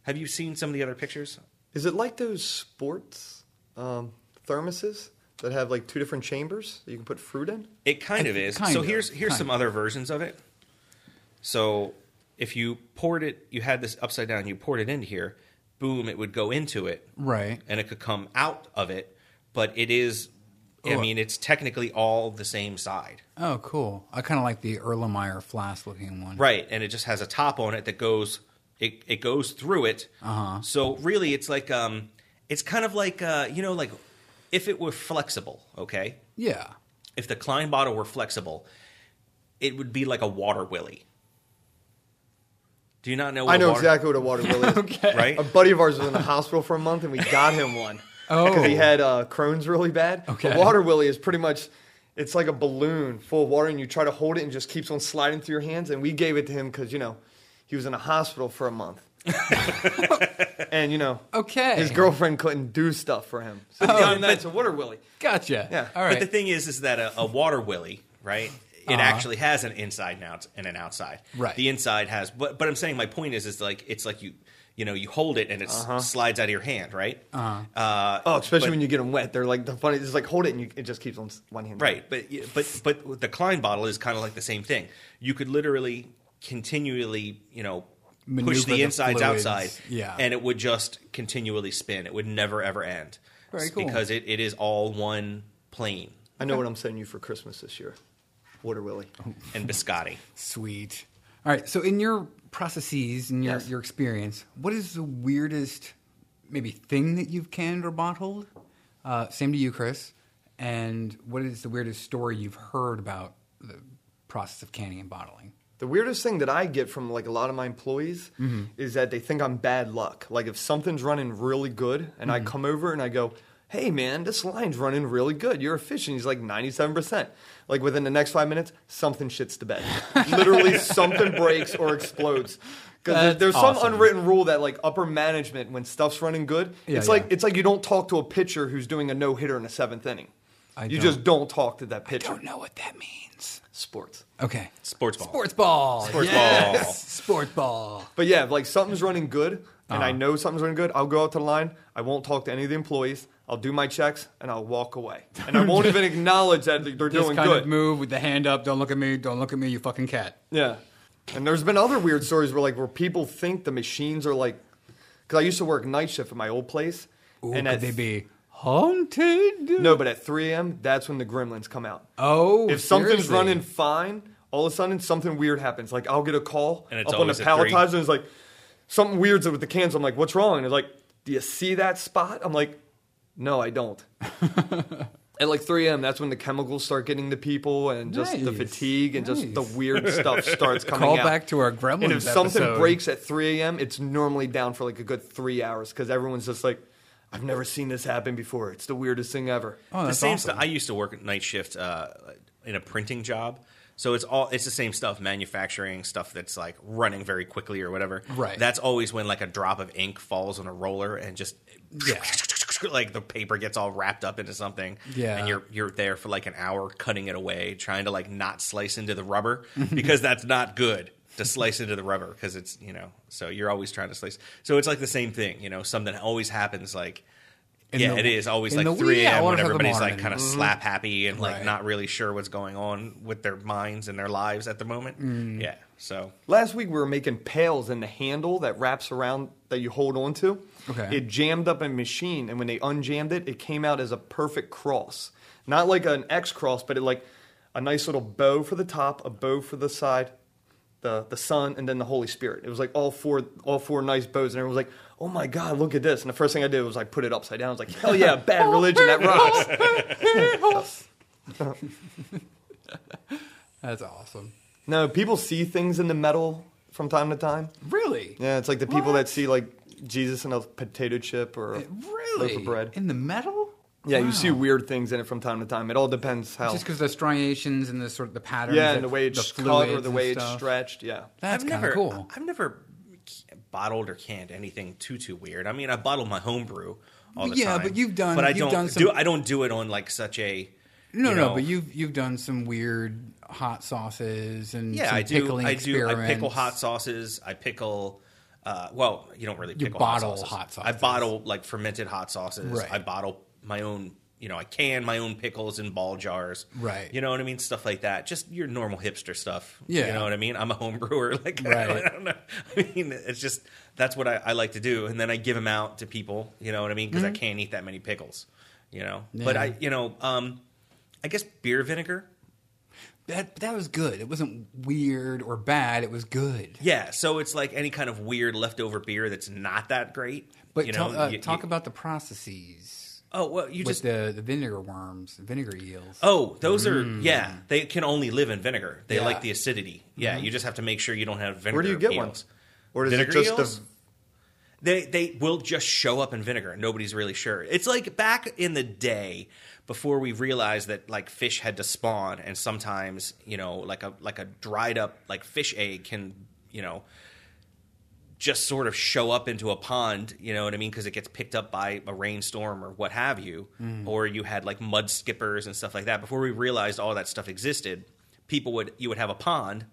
C: Have you seen some of the other pictures?
D: Is it like those sports um, thermoses that have like two different chambers that you can put fruit in?
C: It kind
B: I
C: of
B: think
C: is.
B: kind
C: so
B: of,
C: here's here's
B: kind
C: some
B: of.
C: other versions of it. So if you poured it, you had this upside down. You poured it into here. Boom! It would go into it,
B: right.
C: and it could come out of it. But it is. I
B: Oh.
C: mean, it's technically all the same side,
B: Oh, cool. I kind of like the Erlenmeyer flask looking one.
C: right? And it just has a top on it that goes. It it goes through it. Uh-huh. So really, it's like um, it's kind of like uh, you know, like if it were flexible, okay.
B: Yeah.
C: if the Klein bottle were flexible, it would be like a water willy. Do you not know? What
D: I
C: a
D: know
C: water,
D: exactly what
B: [laughs]
D: a water wheel is.
C: Right?
D: [laughs] A buddy of ours was in the hospital for a month, and we got him one because
B: Oh.
D: he had uh, Crohn's really bad.
B: Okay.
D: A water willy is pretty much it's like a balloon full of water, and you try to hold it, and it just keeps on sliding through your hands. And we gave it to him because you know he was in a hospital for
B: [laughs]
D: a month, and you know
B: Okay. Oh,
D: his girlfriend couldn't do stuff for him, so we got him that. It's a water willy.
B: Gotcha.
D: Yeah.
B: All right. Uh-huh.
C: But the thing is, is that a, a water willy, right? it actually has an inside and out and an outside.
B: Right.
C: The inside has, but but I'm saying my point is, is like it's like you you know you hold it and it s- slides out of your hand, right? Uh-huh. Uh,
D: Oh, especially
C: but-
D: when you get them wet. They're like the funny. Just like hold it and you, it just keeps on s- one hand.
C: Right, but but but the Klein bottle is kind of like the same thing. You could literally continually, you know,
B: Maneuver
C: push the,
B: the
C: insides
B: fluids,
C: outside,
B: yeah.
C: and it would just continually spin. It would never ever end.
B: Very
C: S-
B: cool.
C: Because it, it is all one plane
D: I know what I'm sending you for Christmas this year. Water Willie.
C: and biscotti.
B: Sweet. All right. So, in your processes and your,
D: Yes.
B: your experience, what is the weirdest, maybe thing that you've canned or bottled? Uh, same to you, Chris. And what is the weirdest story you've heard about the process of canning and bottling?
D: The weirdest thing that I get from like a lot of my employees
B: Mm-hmm.
D: is that they think I'm bad luck. Like if something's running really good and
B: Mm-hmm.
D: I come over and I go, "Hey man, this line's running really good. You're efficient." He's like 97%. Like within the next 5 minutes, something
B: [laughs]
D: shits the bed. Literally something breaks or explodes. Because
B: That's
D: there's some
B: awesome.
D: unwritten rule that like upper management, when stuff's running good,
B: Yeah,
D: it's like
B: yeah.
D: it's like you don't talk to a pitcher who's doing a no hitter in the seventh inning.
B: I
D: you
B: don't-
D: just don't talk to that
B: I
D: pitcher.
B: don't know what that means.
D: Sports.
B: Okay.
C: Sports ball.
B: Sports ball.
C: Sports
B: yes.
C: ball.
B: Sports ball.
D: But yeah, if, like something's running good, and
B: Uh-huh.
D: I know something's running good, I'll go out to the line. I won't talk to any of the employees. I'll do my checks and I'll walk away, and I
B: [laughs]
D: won't even acknowledge that they're
B: This
D: doing
B: kind
D: good.
B: of move with the hand up. Don't look at me. Don't look at me. You fucking cat.
D: Yeah, and there's been other weird stories where like where people think the machines are like, because I used to work night shift at my old place,
B: Ooh,
D: and
B: could
D: at
B: they be haunted?
D: no, but at 3 a.m. that's when the gremlins come out.
B: Oh,
D: if something's
B: seriously?
D: running fine, all of a sudden something weird happens. Like I'll get a call
C: And it's
D: up on the
C: always at three.
D: palletizer, and it's like something weird's with the cans. I'm like, what's wrong? And it's like, do you see that spot? I'm like, no,
B: [laughs]
D: I don't. At like 3 a.m., that's when the chemicals start getting to people, and just the
B: Nice.
D: fatigue, and just the
B: Nice. [laughs]
D: weird stuff starts coming
B: Call
D: out.
B: back to our Gremlins
D: And if something
B: episode.
D: breaks at 3 a.m., it's normally down for like a good three hours because everyone's just like, I've never seen this happen before. It's the weirdest thing ever.
B: Oh,
C: the
B: that's
C: same
B: awesome.
C: stuff. I used to work at night shift uh, in a printing job, so it's all it's the same stuff, manufacturing stuff that's like running very quickly or whatever.
B: Right.
C: That's always when like a drop of ink falls on a roller and just
B: Yeah.
C: like the paper gets all wrapped up into something.
B: Yeah.
C: And you're you're there for like an hour cutting it away, trying to like not slice into the rubber [laughs] because that's not good. To slice into the rubber because it's you know so you're always trying to slice so it's like the same thing you know something always happens like
B: In
C: yeah
B: the-
C: it is always
B: in
C: like
B: the wee
C: 3 a.m.
B: hours
C: when
B: of the
C: everybody's like
B: morning. Mm-hmm.
C: kind of slap happy and like
B: Right.
C: not really sure what's going on with their minds and their lives at the moment.
B: Mm.
C: Yeah. So
D: Last week we were making pails and the handle that wraps around that you hold on to.
B: Okay.
D: It jammed up a machine and when they unjammed it, it came out as a perfect cross. Not like an X cross, but it like a nice little bow for the top, a bow for the side, the the sun, and then the Holy Spirit. It was like all four all four nice bows and everyone was like, Oh my god, look at this. And the first thing I did was I put it upside down. I was like, Hell yeah, bad religion, that rocks. [laughs]
B: That's awesome.
D: No, people see things in the metal from time to time.
B: Really?
D: Yeah, it's like the people
B: What?
D: that see like Jesus in a potato chip or a
B: Really?
D: loaf of bread.
B: In the metal?
D: Yeah, you see
B: Wow.
D: weird things in it from time to time. It all depends how.
B: Just because the striations and the sort of the patterns.
D: yeah,
B: that-
D: and the way it's cut
B: fluids
D: or the
B: and
D: way it's
B: stuff.
D: stretched. Yeah.
B: That's
C: I've
B: kinda
C: never
B: cool.
C: I've never bottled or canned anything too too weird. I mean, I bottled my home brew all the
B: Yeah,
C: time.
B: but you've done-
C: But I
B: you've
C: don't
B: done
C: do
B: some-
C: I don't do it on like such a
B: No,
C: you
B: no,
C: know,
B: but you've you've done some weird hot sauces and
C: yeah
B: some
C: I do
B: pickling
C: I do I pickle
B: experiments.
C: hot sauces. I pickle. Uh, well, you don't really
B: You
C: pickle
B: bottle
C: hot, sauces.
B: hot
C: I
B: sauces.
C: bottle like fermented hot sauces.
B: Right.
C: I bottle my own. You know, I can my own pickles in ball jars.
B: Right.
C: You know what I mean? Stuff like that. Just your normal hipster stuff.
B: Yeah.
C: You know what I mean? I'm a home [laughs] brewer. Like, I,
B: Right.
C: don't, I don't know. I mean, it's just that's what I, I like to do, and then I give them out to people. You know what I mean? Because I can't eat that many pickles. You know.
B: Mm-hmm.
C: But
B: Yeah.
C: I, you know, um, I guess beer vinegar.
B: That that was good. It wasn't weird or bad. It was good.
C: Yeah, so it's like any kind of weird leftover beer that's not that great.
B: But
C: you
B: tell-
C: know,
B: uh,
C: you-
B: talk
C: you-
B: about the processes
C: oh well, you
B: with
C: just
B: the, the vinegar worms, vinegar eels.
C: oh those are yeah they can only live in vinegar. They
B: Yeah.
C: like the acidity. Yeah, you just have to make sure you don't have vinegar.
D: Mm-hmm. Where do you get one?
C: eels.
D: Or is
C: Vinegar
D: it just
C: eels?
D: the?
C: They they will just show up in vinegar. and Nobody's really sure. It's like back in the day before we realized that like fish had to spawn, and sometimes you know like a like a dried up like fish egg can you know just sort of show up into a pond, you know what I mean? Because it gets picked up by a rainstorm or what have you. Or you had like mud skippers and stuff like that. Before we realized all that stuff existed, people would you would have a pond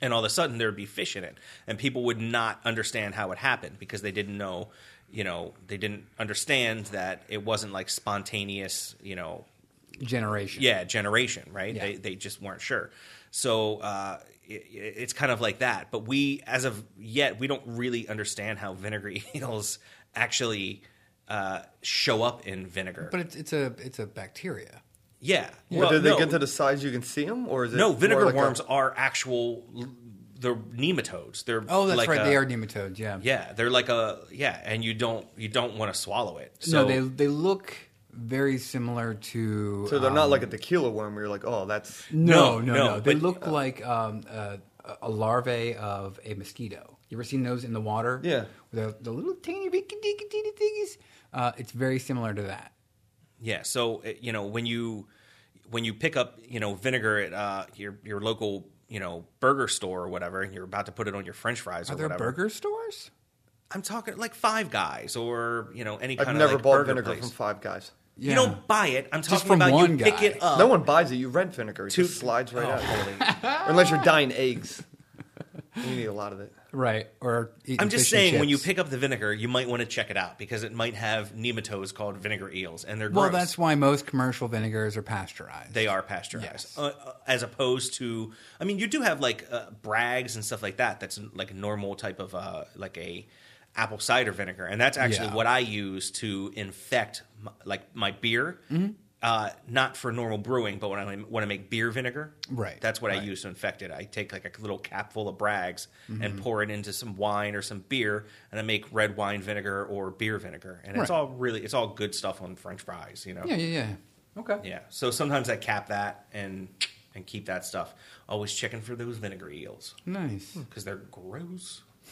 C: and all of a sudden there would be fish in it and people would not understand how it happened because they didn't know you know they didn't understand that it wasn't like spontaneous you know
B: generation.
C: yeah generation right
B: Yeah.
C: they, they just weren't sure so uh, it, it's kind of like that but we as of yet we don't really understand how vinegary [laughs] eels actually uh, show up in vinegar
B: But it's, it's a it's a bacteria.
C: yeah
D: But
C: Well,
D: do they
C: no.
D: get to the size you can see them, or is it
C: No,
D: more
C: vinegar
D: like a-
C: worms are actual. They're nematodes. They're
B: Oh, that's
C: like
B: right.
C: a-
B: they are nematodes. Yeah.
C: Yeah, they're like a yeah, and you don't you don't want to swallow it. So
B: no, they they look very similar to.
D: so they're
B: um,
D: not like a tequila worm. Where you're like, oh, that's
B: No, no,
C: No, no,
B: no. They
C: but-
B: look like um, uh, a larvae of a mosquito. You ever seen those in the water?
D: Yeah.
B: The, the little teeny bitty dinky teeny thingies. Uh, it's very similar to that.
C: yeah, so it- you know when you when you pick up you know vinegar at uh, your your local you know burger store or whatever, and you're about to put it on your French fries
B: Are
C: or
B: there
C: whatever.
B: burger stores?
C: I'm talking like Five Guys or you know any
D: I've
C: kind
D: never
C: of like
D: bought
C: burger
D: vinegar
C: place.
D: from Five Guys.
B: Yeah.
C: You don't buy it. I'm talking
B: from
C: about
B: one
C: you pick
B: guy.
C: it up.
D: No one buys it. You rent vinegar. It
C: Uh, Two-
D: just slides right
C: Oh,
D: out.
C: holy.
D: [laughs] Unless you're dying eggs, you need a lot of it.
B: Right. Or eating
C: I'm just
B: fish and
C: saying, when you
B: chips.
C: pick up the vinegar, you might want to check it out because it might have nematodes called vinegar eels, and they're
B: Well,
C: gross.
B: that's why most commercial vinegars are pasteurized.
C: they are pasteurized,
B: Yes.
C: uh, uh, as opposed to. I mean, you do have like uh, Bragg's and stuff like that. That's like a normal type of uh, like a apple cider vinegar, and that's actually
B: Yeah.
C: what I use to infect my, like my beer.
B: Mm-hmm.
C: Uh, not for normal brewing, but when I want to make beer vinegar,
B: Right,
C: That's what I use to infect it. I take like a little capful of Bragg's
B: Mm-hmm.
C: and pour it into some wine or some beer, and I make red wine vinegar or beer vinegar, and it's
B: Right.
C: all really it's all good stuff on French fries, you know.
B: Yeah, yeah, yeah. Okay.
C: Yeah. So sometimes I cap that and and keep that stuff. Always checking for those vinegar eels
B: Nice.
D: Hmm.
C: because they're gross.
D: I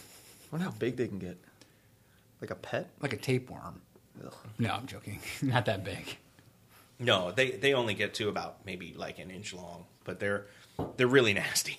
D: wonder how big they can get. Like a pet?
B: Like a tapeworm.
D: Ugh.
B: No, I'm joking. [laughs] Not that big.
C: No, they they only get to about maybe like an inch long, but they're they're really [laughs] nasty.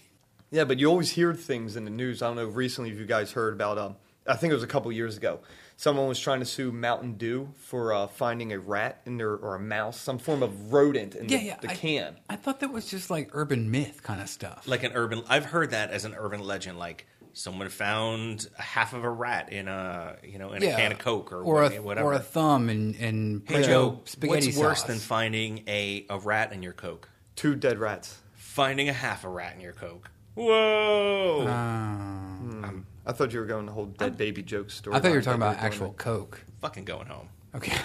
D: Yeah, but you always hear things in the news. I don't know recently if you guys heard about. Um, I think it was a couple years ago. Someone was trying to sue Mountain Dew for uh, finding a rat in their or a mouse, some form of rodent in
B: Yeah,
D: the,
B: yeah.
D: the
B: I-
D: can.
B: I thought that was just like urban myth kind of stuff.
C: Like an urban. I've heard that as an urban legend. Like someone found a half of a rat in a you know in a can of Coke or,
B: or a,
C: whatever.
B: or a thumb and and
C: Hey,
B: Joe spaghetti
C: what's
B: sauce.
C: worse than finding a a rat in your Coke?
D: Two dead rats.
C: Finding a half a rat in your Coke. Whoa!
B: Uh.
D: Hmm. I thought you were going the whole dead baby joke story.
B: Ah. I thought you were
D: line
B: talking
D: that
B: about
D: doing
B: actual Coke.
C: Fucking going home.
B: Okay.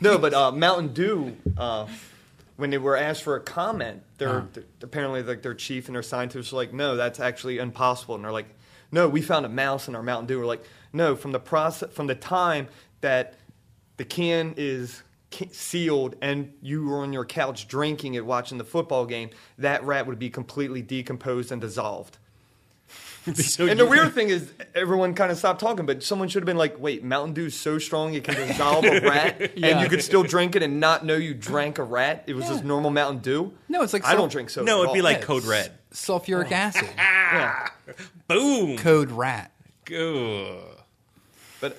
D: No, but uh, Mountain Dew, uh, when they were asked for a comment, they're, th- apparently like their chief and their scientists were like, "No, that's actually impossible." And they're like, "No, we found a mouse in our Mountain Dew." We're like, "No, from the process, from the time that the can is ca- sealed and you were on your couch drinking it, watching the football game, that rat would be completely decomposed and dissolved."
C: [laughs] So
D: And the weird thing is, everyone kind of stopped talking, but someone should have been like, wait, Mountain Dew's so strong it can
B: [laughs]
D: dissolve a rat, and
B: Yeah.
D: you could still drink it and not know you drank a rat. It was just
B: Yeah.
D: normal Mountain Dew.
B: No, it's like
D: I
B: so-
D: don't drink soda.
C: No,
D: at
C: it'd be [laughs]
D: all.
C: like Code Red.
B: [laughs] Sulfuric
D: Oh. [laughs]
B: acid.
D: Yeah.
C: Boom.
B: Code rat.
C: Ugh.
B: [laughs]
D: But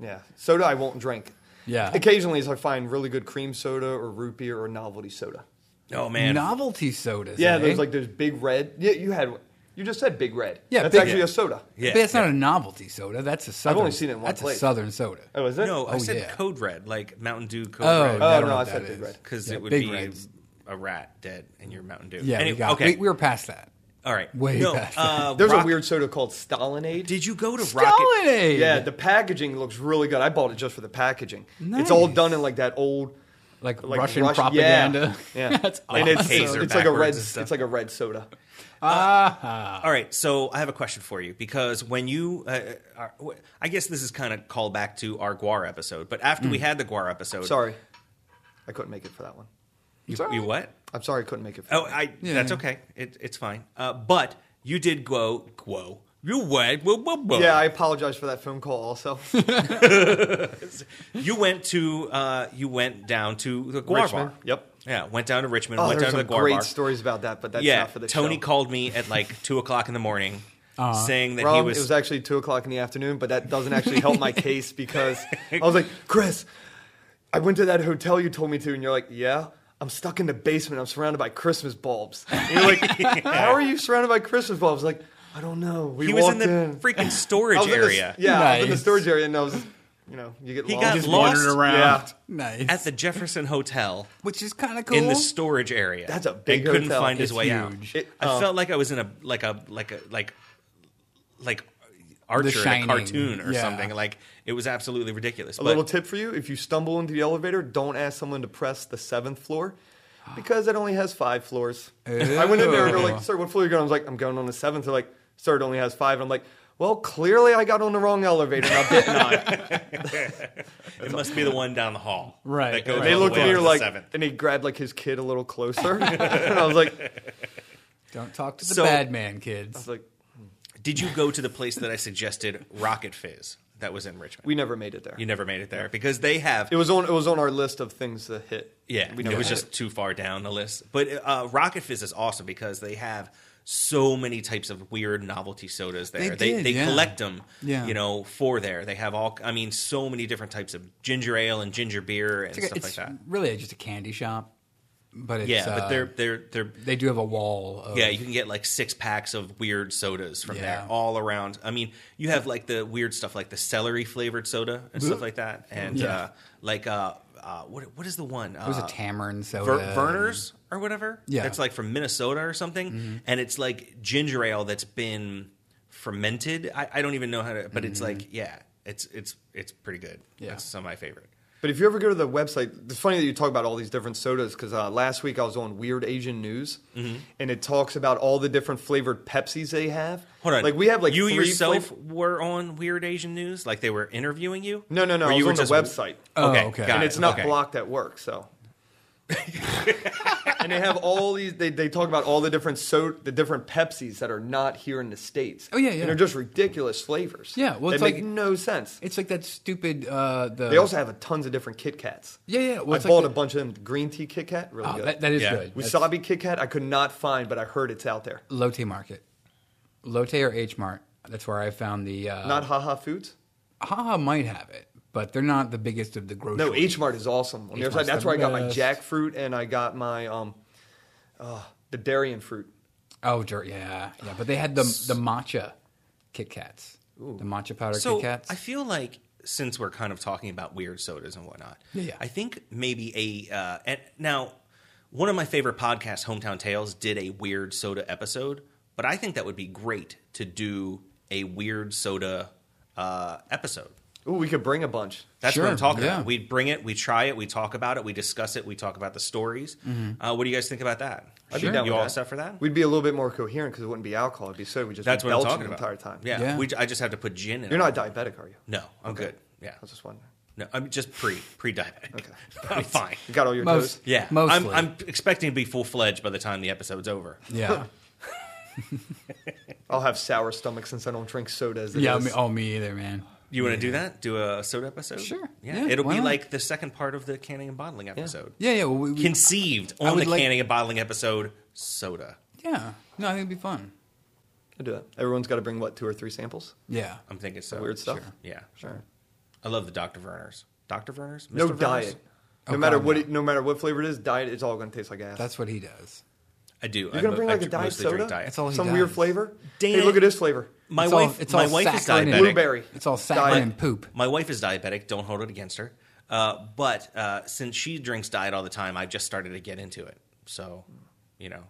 D: yeah, soda I won't drink.
B: Yeah.
D: Occasionally, as I find really good cream soda or root beer or novelty soda.
C: Oh man.
B: Novelty sodas.
D: Yeah,
B: eh?
D: there's like those big red. Yeah, you had. You just said big red.
B: Yeah,
D: that's
B: Big-
D: actually
C: Yeah.
D: a soda.
C: yeah.
B: but that's not a novelty soda. That's a southern.
D: only seen it in one
B: That's
D: place.
B: a southern soda.
D: Oh, is it?
C: no, uh, I
B: Oh,
C: said
B: yeah.
C: Code Red, like Mountain Dew Code
B: Oh,
C: Red.
B: yeah, I
D: Oh,
B: don't know
D: no, I
B: what
D: said
B: that
D: Big
B: is.
D: Red.
C: Because
B: Yeah,
C: it would
B: Big
C: be
B: Reds.
C: a rat dead in your Mountain Dew.
B: Yeah,
C: Anyway,
B: we got.
C: okay.
B: We, we were past that.
C: All right.
B: way
C: no,
B: past [laughs]
C: uh,
D: There's
C: Rock-
D: a weird soda called Stalinade.
C: Did you go to Rocket?
B: Stalinade.
D: Yeah, the packaging looks really good. I bought it just for the packaging. It's
B: Nice.
D: all done in like that old
B: like,
D: like
B: Russian
D: Rush-
B: propaganda. [laughs]
C: [laughs]
D: Yeah, yeah.
B: that's
C: Like
D: and
B: awesome.
D: it's,
C: taser
D: it's like a red.
C: backwards and stuff.
D: It's like a red soda.
B: Ah,
C: All right. So I have a question for you because when you, uh, are, I guess this is kind of call back to our Guar episode, but after
B: Hmm.
C: we had the Guar episode,
D: Sorry, I couldn't make it for that one.
C: you, you what?
D: I'm sorry, I couldn't make it. for
C: Oh,
D: that.
C: I. That's okay. It, it's fine. Uh, but you did go. Go. You went. Whoa, whoa, whoa.
D: Yeah, I apologize for that phone call.
C: [laughs]
D: Also,
C: you went to. Uh, you went down to the Guar
D: Richmond.
C: bar.
D: Yep.
C: Yeah, went down to Richmond.
D: Oh,
C: went
D: there's
C: down to the
D: some
C: Guar
D: great
C: bar.
D: stories about that, but that's
C: yeah,
D: not for the
C: Tony
D: show.
C: called me at
D: [laughs]
C: like two o'clock in the morning, saying that
D: Wrong.
C: he was.
D: It was actually two o'clock in the afternoon, but that doesn't actually
C: [laughs]
D: help my case because I was like, Chris, I went to that hotel you told me to, and you're like, yeah. I'm stuck in the basement. I'm surrounded by
C: [laughs]
D: Christmas bulbs. And you're like, how are you surrounded by Christmas bulbs? Like, I don't know. We
C: He was in
D: walked
C: the freaking
D: I
C: storage
D: was in the-
C: area
D: yeah, I was in the
B: Nice.
D: storage area, and I was, you know, you get
C: He
D: lost.
C: got
B: Just
C: lost.
B: wandered around.
D: Yeah.
B: Nice.
C: at the Jefferson Hotel
B: Which is kind of cool.
C: in the storage area.
D: That's a big
C: and couldn't
D: hotel.
C: find his
D: It's
C: way out.
B: huge.
D: It-
C: I
D: um,
C: felt like I was in a like a like a like like Archer in a
B: Shining.
C: cartoon or
B: Yeah.
C: something. Like it was absolutely ridiculous.
D: A
C: but
D: little tip for you: if you stumble into the elevator, don't ask someone to press the seventh floor because it only has five floors. I went in there and they're like, "Sir, what floor are you going?" on?" I was like, "I'm going on the seventh. They're like, "Sir, it only has five. And I'm like, "Well, clearly I got on the wrong elevator." And
C: [laughs]
D: I bit on it.
C: it must be the one down the hall.
B: Right.
C: That goes
B: And
D: They
C: all the
D: looked
C: way
D: at
C: up
D: me
C: to the
D: like,
C: seventh.
D: and he grabbed like his kid a little closer, [laughs] and I was like, I
B: Don't talk to the
C: So-
B: bad man, kids.
D: was like,
C: Did you go to the place that I suggested, Rocket Fizz, that was in Richmond?
D: "We never made it there."
C: you never made it there because they have
D: It was on. It was on our list of things to hit.
C: Yeah,
D: we
C: it
D: never
C: was
D: hit
C: just
D: it.
C: too far down the list. But uh, Rocket Fizz is awesome because they have so many types of weird novelty sodas there. They
B: They
C: they,
B: did, yeah.
C: collect them,
B: Yeah.
C: you know, for there. They have all, I mean, so many different types of ginger ale and ginger beer and
B: It's,
C: stuff like that.
B: really just a candy shop, but it's,
C: Yeah,
B: uh,
C: but they're they're they're
B: they do have a wall. Of,
C: yeah, you can get like six packs of weird sodas from there
B: Yeah.
C: all around. I mean, you have like the weird stuff like the celery flavored soda and stuff like that, and
B: Yeah.
C: uh, like uh, uh, what what is the one?
B: It was
C: Uh,
B: a tamarind soda.
C: Ver- Verner's or whatever.
B: Yeah.
C: That's like from Minnesota or something.
D: Mm-hmm.
C: And it's like ginger ale that's been fermented. I, I don't even know how to, but it's like,
D: Mm-hmm.
C: yeah, it's, it's, it's pretty good.
B: Yeah.
C: That's some of my favorite.
D: But if you ever go to the website, it's funny that you talk about all these different sodas because uh, last week I was on Weird Asian News,
B: Mm-hmm.
D: and it talks about all the different flavored Pepsis they have.
C: Hold on.
D: like we have like
C: you
D: three
C: yourself
D: flav-
C: were on Weird Asian News. Like they were interviewing you.
D: no, no, no.
C: Or
D: I was
C: you
D: on the website,
B: Oh,
C: okay.
B: okay.
C: got
D: and
C: it,
D: it's not
C: okay.
D: blocked at
B: [laughs]
D: work. So, and they have all these. They, they talk about all the different so the different Pepsis that are not here in the states.
B: Oh, yeah, yeah.
D: And they're just ridiculous flavors.
B: Yeah, well,
D: they
B: it's
D: make
B: like-
D: no sense.
B: It's like that stupid. Uh, the
D: They also have tons of different Kit Kats.
B: Yeah, yeah, well,
D: I
B: it's like
D: bought
B: the-
D: a bunch of them. Green tea Kit Kat, really
B: Oh,
D: good.
B: that, that is
C: Yeah.
B: good. That's
D: Wasabi Kit Kat, I could not find, but I heard it's out there.
B: Lotte Market, Lotte or H Mart. That's where I found the. Uh,
D: Not Haha Foods.
B: Haha might have it, but they're not the biggest of the grocery.
D: No, H Mart is awesome. On the other side,
B: H-Mart's
D: that's
B: the
D: where I got my
B: best.
D: jackfruit and I got my um, uh, the dairy and fruit.
B: Oh, dirt. Yeah, yeah. But they had the the matcha Kit Kats, the matcha powder
C: So
B: Kit Kats.
C: I feel like since we're kind of talking about weird sodas and whatnot,
B: Yeah, yeah.
C: I think maybe a uh, and now one of my favorite podcasts, Hometown Tales, did a weird soda episode, but I think that would be great to do a weird soda uh, episode.
D: Ooh, we could bring a bunch.
C: That's what I'm
B: Sure,
C: talking
B: yeah.
C: about. We bring it, we try it, we talk about it, we discuss it, we talk about the stories.
B: Mm-hmm.
C: Uh, what do you guys think about that?
D: I'd be down
C: you
D: with
C: all
D: that.
C: set for that?
D: We'd be a little bit more coherent because it wouldn't be alcohol. It'd be soda. We just
C: That's
D: be
C: what I'm
D: belching
C: talking
D: the
C: about.
D: entire time.
C: Yeah,
B: Yeah.
C: We, I just have to put gin in.
D: you're
C: it.
D: not diabetic, are you?
C: No, I'm good. Yeah,
D: I was just wondering.
C: no, I'm just pre pre diabetic. [laughs] I'm fine.
D: You got all your
B: Most-
D: toes.
C: Yeah, I'm,
B: Mostly.
C: I'm expecting to be full fledged by the time the episode's over.
B: [laughs]
C: [laughs]
B: yeah,
D: I'll have sour stomach since I don't drink soda. As it
B: yeah.
D: is.
B: Me, oh, me either, man.
C: You want to do that? Do a soda episode?
B: Sure.
C: Yeah,
B: Yeah,
C: it'll
B: why
C: be
B: not?
C: like the second part of the canning and bottling episode.
B: Yeah, yeah. Well, we, we-
C: Conceived
B: I
C: on
B: would
C: the
B: like-
C: canning and bottling episode, soda.
B: yeah. No, I think it'd be fun.
D: I'll do that. Everyone's got to bring what two or three samples.
B: Yeah.
C: I'm thinking so.
D: Weird stuff.
B: Sure.
C: Yeah,
D: Sure.
C: I love the Dr. Verner's. Dr. Verner's.
D: No
C: Mr. Verner's?
D: diet. No
B: Oh,
D: matter
B: God,
D: what,
B: no.
D: it, no matter what flavor it is, diet it's all going to taste like ass.
B: That's what he does.
C: I do.
D: You're gonna bring like
C: a
D: a diet soda.
B: That's all he
D: Some
B: does.
D: weird flavor.
C: Dang
D: hey,
C: it.
D: look at this flavor.
C: My
B: It's all-
C: wife.
B: it's
C: my
B: all
C: wife is
B: saccharin and
C: diabetic.
D: Blueberry.
B: It's all saccharine
D: Diet.
B: and poop.
C: My wife is diabetic. Don't hold it against her. Uh, but uh, since she drinks diet all the time, I just started to get into it. So, you know,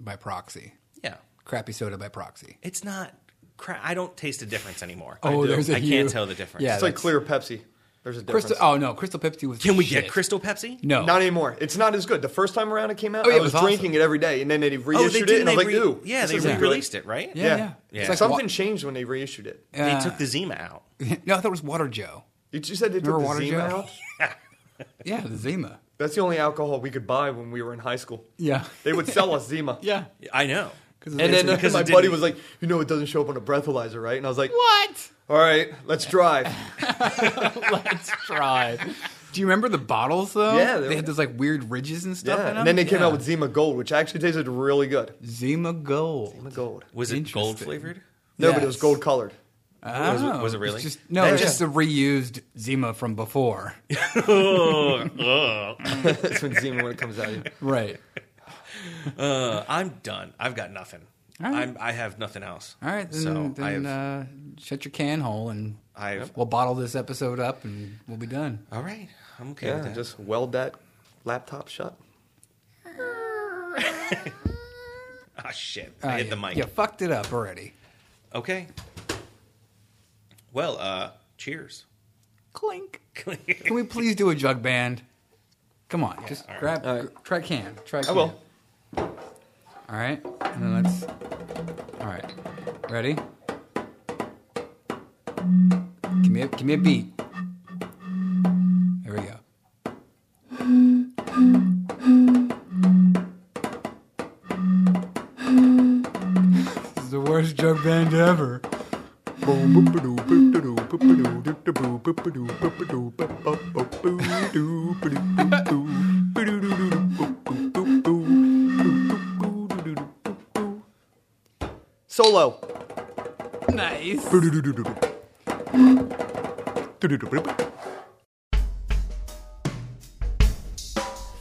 B: by proxy.
C: yeah,
B: Crappy soda by proxy.
C: it's not. Cra- I don't taste the difference anymore.
B: Oh,
C: I do.
B: there's a
C: I
B: hue.
C: can't tell the difference.
B: Yeah,
D: It's like
B: that's-
D: clear Pepsi. There's a difference.
B: Crystal, oh no, Crystal Pepsi was.
C: Can we
B: shit.
C: get Crystal Pepsi?
B: No,
D: Not anymore. It's not as good. The first time around it came out,
B: Oh, yeah,
D: I
B: it
D: was,
B: was awesome.
D: drinking it every day, and then they
C: Oh,
D: reissued
C: they
D: it,
C: did.
D: and I
C: They
D: was
C: re-
D: like, ooh.
C: yeah,
D: this
C: they
D: is really
C: re-released
D: good.
C: it, right?
B: Yeah, yeah.
C: Yeah.
B: It's
D: Something
B: wa-
D: changed when they reissued it.
C: They took the Zima out.
B: [laughs] no, I thought it was Water Joe.
D: You just said they took
B: Remember
D: the
B: Water
D: Zima
B: Joe?
D: out.
B: Yeah, the Zima.
D: [laughs] That's the only alcohol we could buy when we were in high school.
B: Yeah,
D: They would sell us Zima.
B: [laughs] yeah.
C: I know.
D: And then
C: because
D: my
C: it
D: buddy
C: didn't-
D: was like, "You know, it doesn't show up on a breathalyzer, right?" And I was
B: [laughs]
D: like,
B: what?
D: "All right, let's
B: [laughs]
D: drive."
B: Let's try. Do you remember the bottles though?
D: Yeah, they
B: they,
D: were-
B: had those like weird ridges and stuff.
D: yeah.
B: in
D: And then they
B: them?
D: came
B: Yeah.
D: out with Zima Gold, which actually tasted really good.
B: Zima Gold.
D: Zima Gold.
C: Was it gold
B: Interesting.
C: flavored?
D: No, but it was
B: Yes.
D: gold colored.
C: was, it- was it really?
B: Oh. It's just, no,
D: That
B: it's
D: just-
B: just the reused Zima from
D: [laughs]
B: before.
D: [laughs] That's when Zima when it comes out.
B: right.
C: Uh, I'm done. I've got nothing.
B: All right.
C: I'm, I have nothing else.
B: All right, then,
C: so I
B: then
C: have.
B: uh, shut your can hole and
C: I have
B: we'll bottle this episode up and we'll be done.
C: all right. I'm okay with
D: Yeah,
C: that.
D: just weld that laptop shut.
C: Ah, shit. I
B: Uh,
C: hit the mic.
B: You fucked it up already.
C: Okay. Well, uh, cheers.
B: Clink. Can we please do a jug band? Come on, just
C: all right.
B: grab,
D: All right.
B: try can, try can.
D: will.
B: All right, and then let's. All right, ready? Give me a, give me a beat. There we go. [laughs] this is the worst jug band ever.
D: Solo.
B: Nice.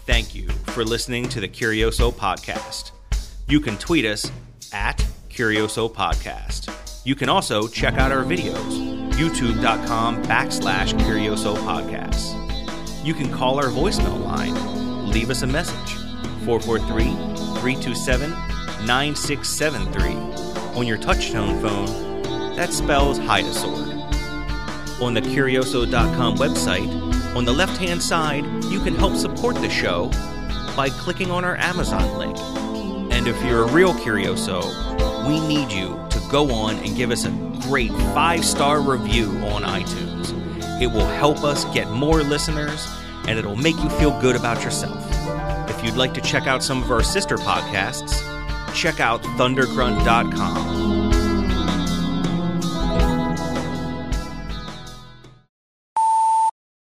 C: Thank you for listening to the Curioso Podcast. You can tweet us at Curioso Podcast. You can also check out our videos, youtube.com backslash Curioso Podcast. You can call our voicemail line, leave us a message, 443 327 9673. On your touchtone phone, that spells hide a sword on the Curioso.com website, on the left hand side, you can help support the show by clicking on our Amazon link. And if you're a real Curioso, we need you to go on and give us a great five star review on iTunes. It will help us get more listeners and it'll make you feel good about yourself. If you'd like to check out some of our sister podcasts, check out thundergrunt.com.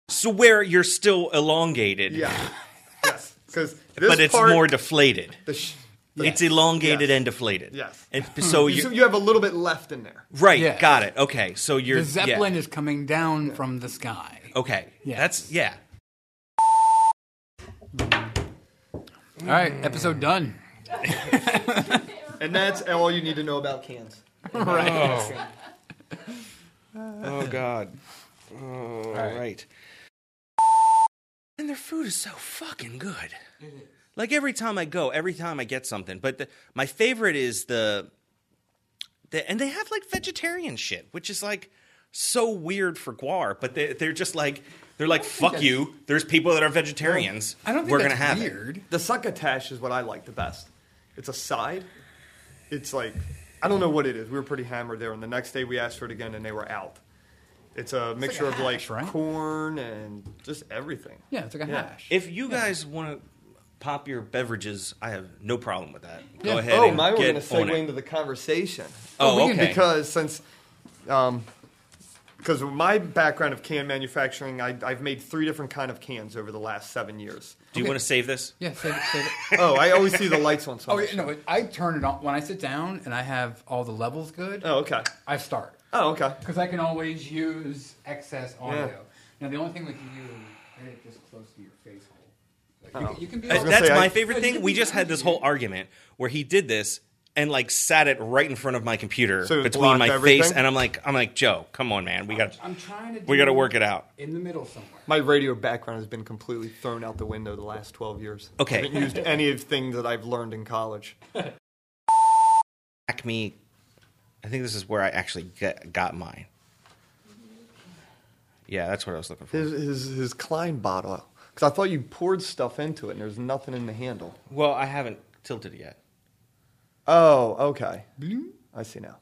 C: Swear you're still elongated.
D: Yeah. [laughs] yes. Because
C: but it's more deflated.
D: The sh-
C: It's elongated
D: Yes.
C: and deflated.
D: Yes.
C: And
D: [laughs]
C: so
D: you,
C: you
D: so you have a little bit left in there.
C: right,
B: Yeah.
C: got it. Okay, so you're
B: The zeppelin
C: yeah.
B: is coming down from the sky.
C: okay.
B: Yeah.
C: That's yeah.
B: All right, episode done.
D: And that's all you need to know about cans.
C: Oh God. Oh, all right. And their food is so fucking good. Like every time I go, every time I get something. But the, my favorite is the, the and they have like vegetarian shit, which is like so weird for Guar. But they, they're just like they're like fuck you. There's people that are vegetarians.
B: I don't think
C: we're
B: that's
C: gonna have it.
B: weird.
D: The succotash is what I like the best. It's a side. It's like I don't know what it is. We were pretty hammered there, and the next day we asked for it again, and they were out. It's a mixture
B: a
D: of like
B: hash, right?
D: corn and just everything.
B: Yeah, it's like a
D: Yeah.
B: hash.
C: If you guys want to pop your beverages, I have no problem with that. Go
B: Yeah.
C: ahead.
D: Oh,
C: and
D: mine were
C: get
D: going to
C: on
D: segue
C: it.
D: into the conversation.
C: Oh,
B: we can-
C: okay.
D: because since um because my background of can manufacturing I, i've made three different kind of cans over the last seven years
C: Do you
B: Okay.
C: want to save this?
B: yeah, save it, save it.
D: oh i always see the lights
C: [laughs]
D: on so
B: Oh yeah, no, I turn it on when I sit down and I have all the levels good.
D: oh okay
B: I start
D: oh okay
B: because I can always use excess audio. Now the only thing we can do is get it this close to your face hole. Like, you, can- you can be.
C: Uh,
B: all-
D: gonna
C: That's
D: say,
C: my
D: [laughs] Oh. I-
C: favorite thing. We just had this whole argument where he did this and like sat it right in front of my computer
D: So it
C: between
D: blocked
C: my face,
D: everything?
C: and I'm like, I'm like, Joe, come on, man, we got,
B: I'm trying to. Do
C: we got to work it out.
B: in the middle somewhere.
D: my radio background has been completely thrown out the window the last 12 years
C: Okay.
D: i haven't used any of the things that i've learned in college
C: Acme. I think this is where I actually get, got mine. Yeah, that's what I was looking for.
D: his, his, his klein bottle because i thought you poured stuff into it and there's nothing in the handle
C: Well, I haven't tilted it yet.
D: oh okay i see now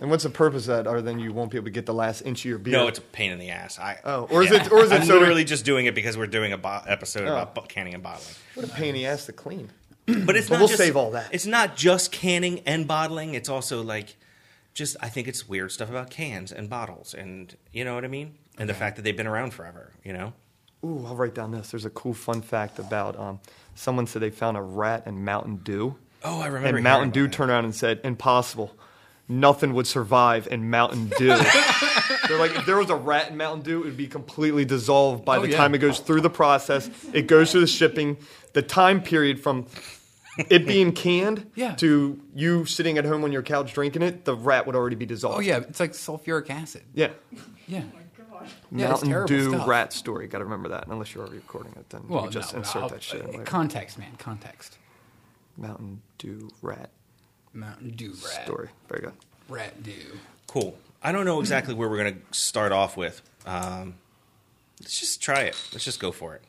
D: and what's the purpose of that other than you won't be able to get the last inch of your beer
C: No, it's a pain in the ass. I
D: Oh, or is it- or is it
C: I'm
D: so we- Oh.
C: literally just doing it because we're doing a bo- episode about bo- canning and bottling.
D: What a pain in the ass to clean.
C: But it's
D: But
C: not
D: we'll
C: just,
D: save all that.
C: It's not just canning and bottling. It's also like just I think it's weird stuff about cans and bottles and you know what I mean? And the fact that they've been around forever, you know?
D: Ooh, I'll write down this. There's a cool fun fact about um, someone said they found a rat in Mountain Dew.
C: Oh, I remember.
D: And
C: hearing
D: Mountain Dew
C: about that.
D: turned around and said, "Impossible. Nothing would survive in Mountain Dew."
B: [laughs]
D: They're like, if there was a rat in Mountain Dew, it would be completely dissolved by
B: Oh,
D: the
B: yeah.
D: time it goes through the process. It goes through the shipping. The time period from it being canned
B: [laughs] Yeah.
D: to you sitting at home on your couch drinking it, the rat would already be dissolved.
B: Oh yeah, it's like sulfuric acid.
D: Yeah.
B: Yeah. Yeah, it's
D: Mountain
B: terrible
D: Dew
B: stuff.
D: rat story. Got to remember that. Unless you're already recording it, then
B: Well,
D: you just
B: no,
D: insert
B: I'll- uh,
D: that shit. in later.
B: Context, man. Context.
D: Mountain Dew rat
B: Mountain Dew rat.
D: story. Very good.
B: Rat Dew.
C: Cool. I don't know exactly where we're gonna start off with. Um, let's just try it. Let's just go for it.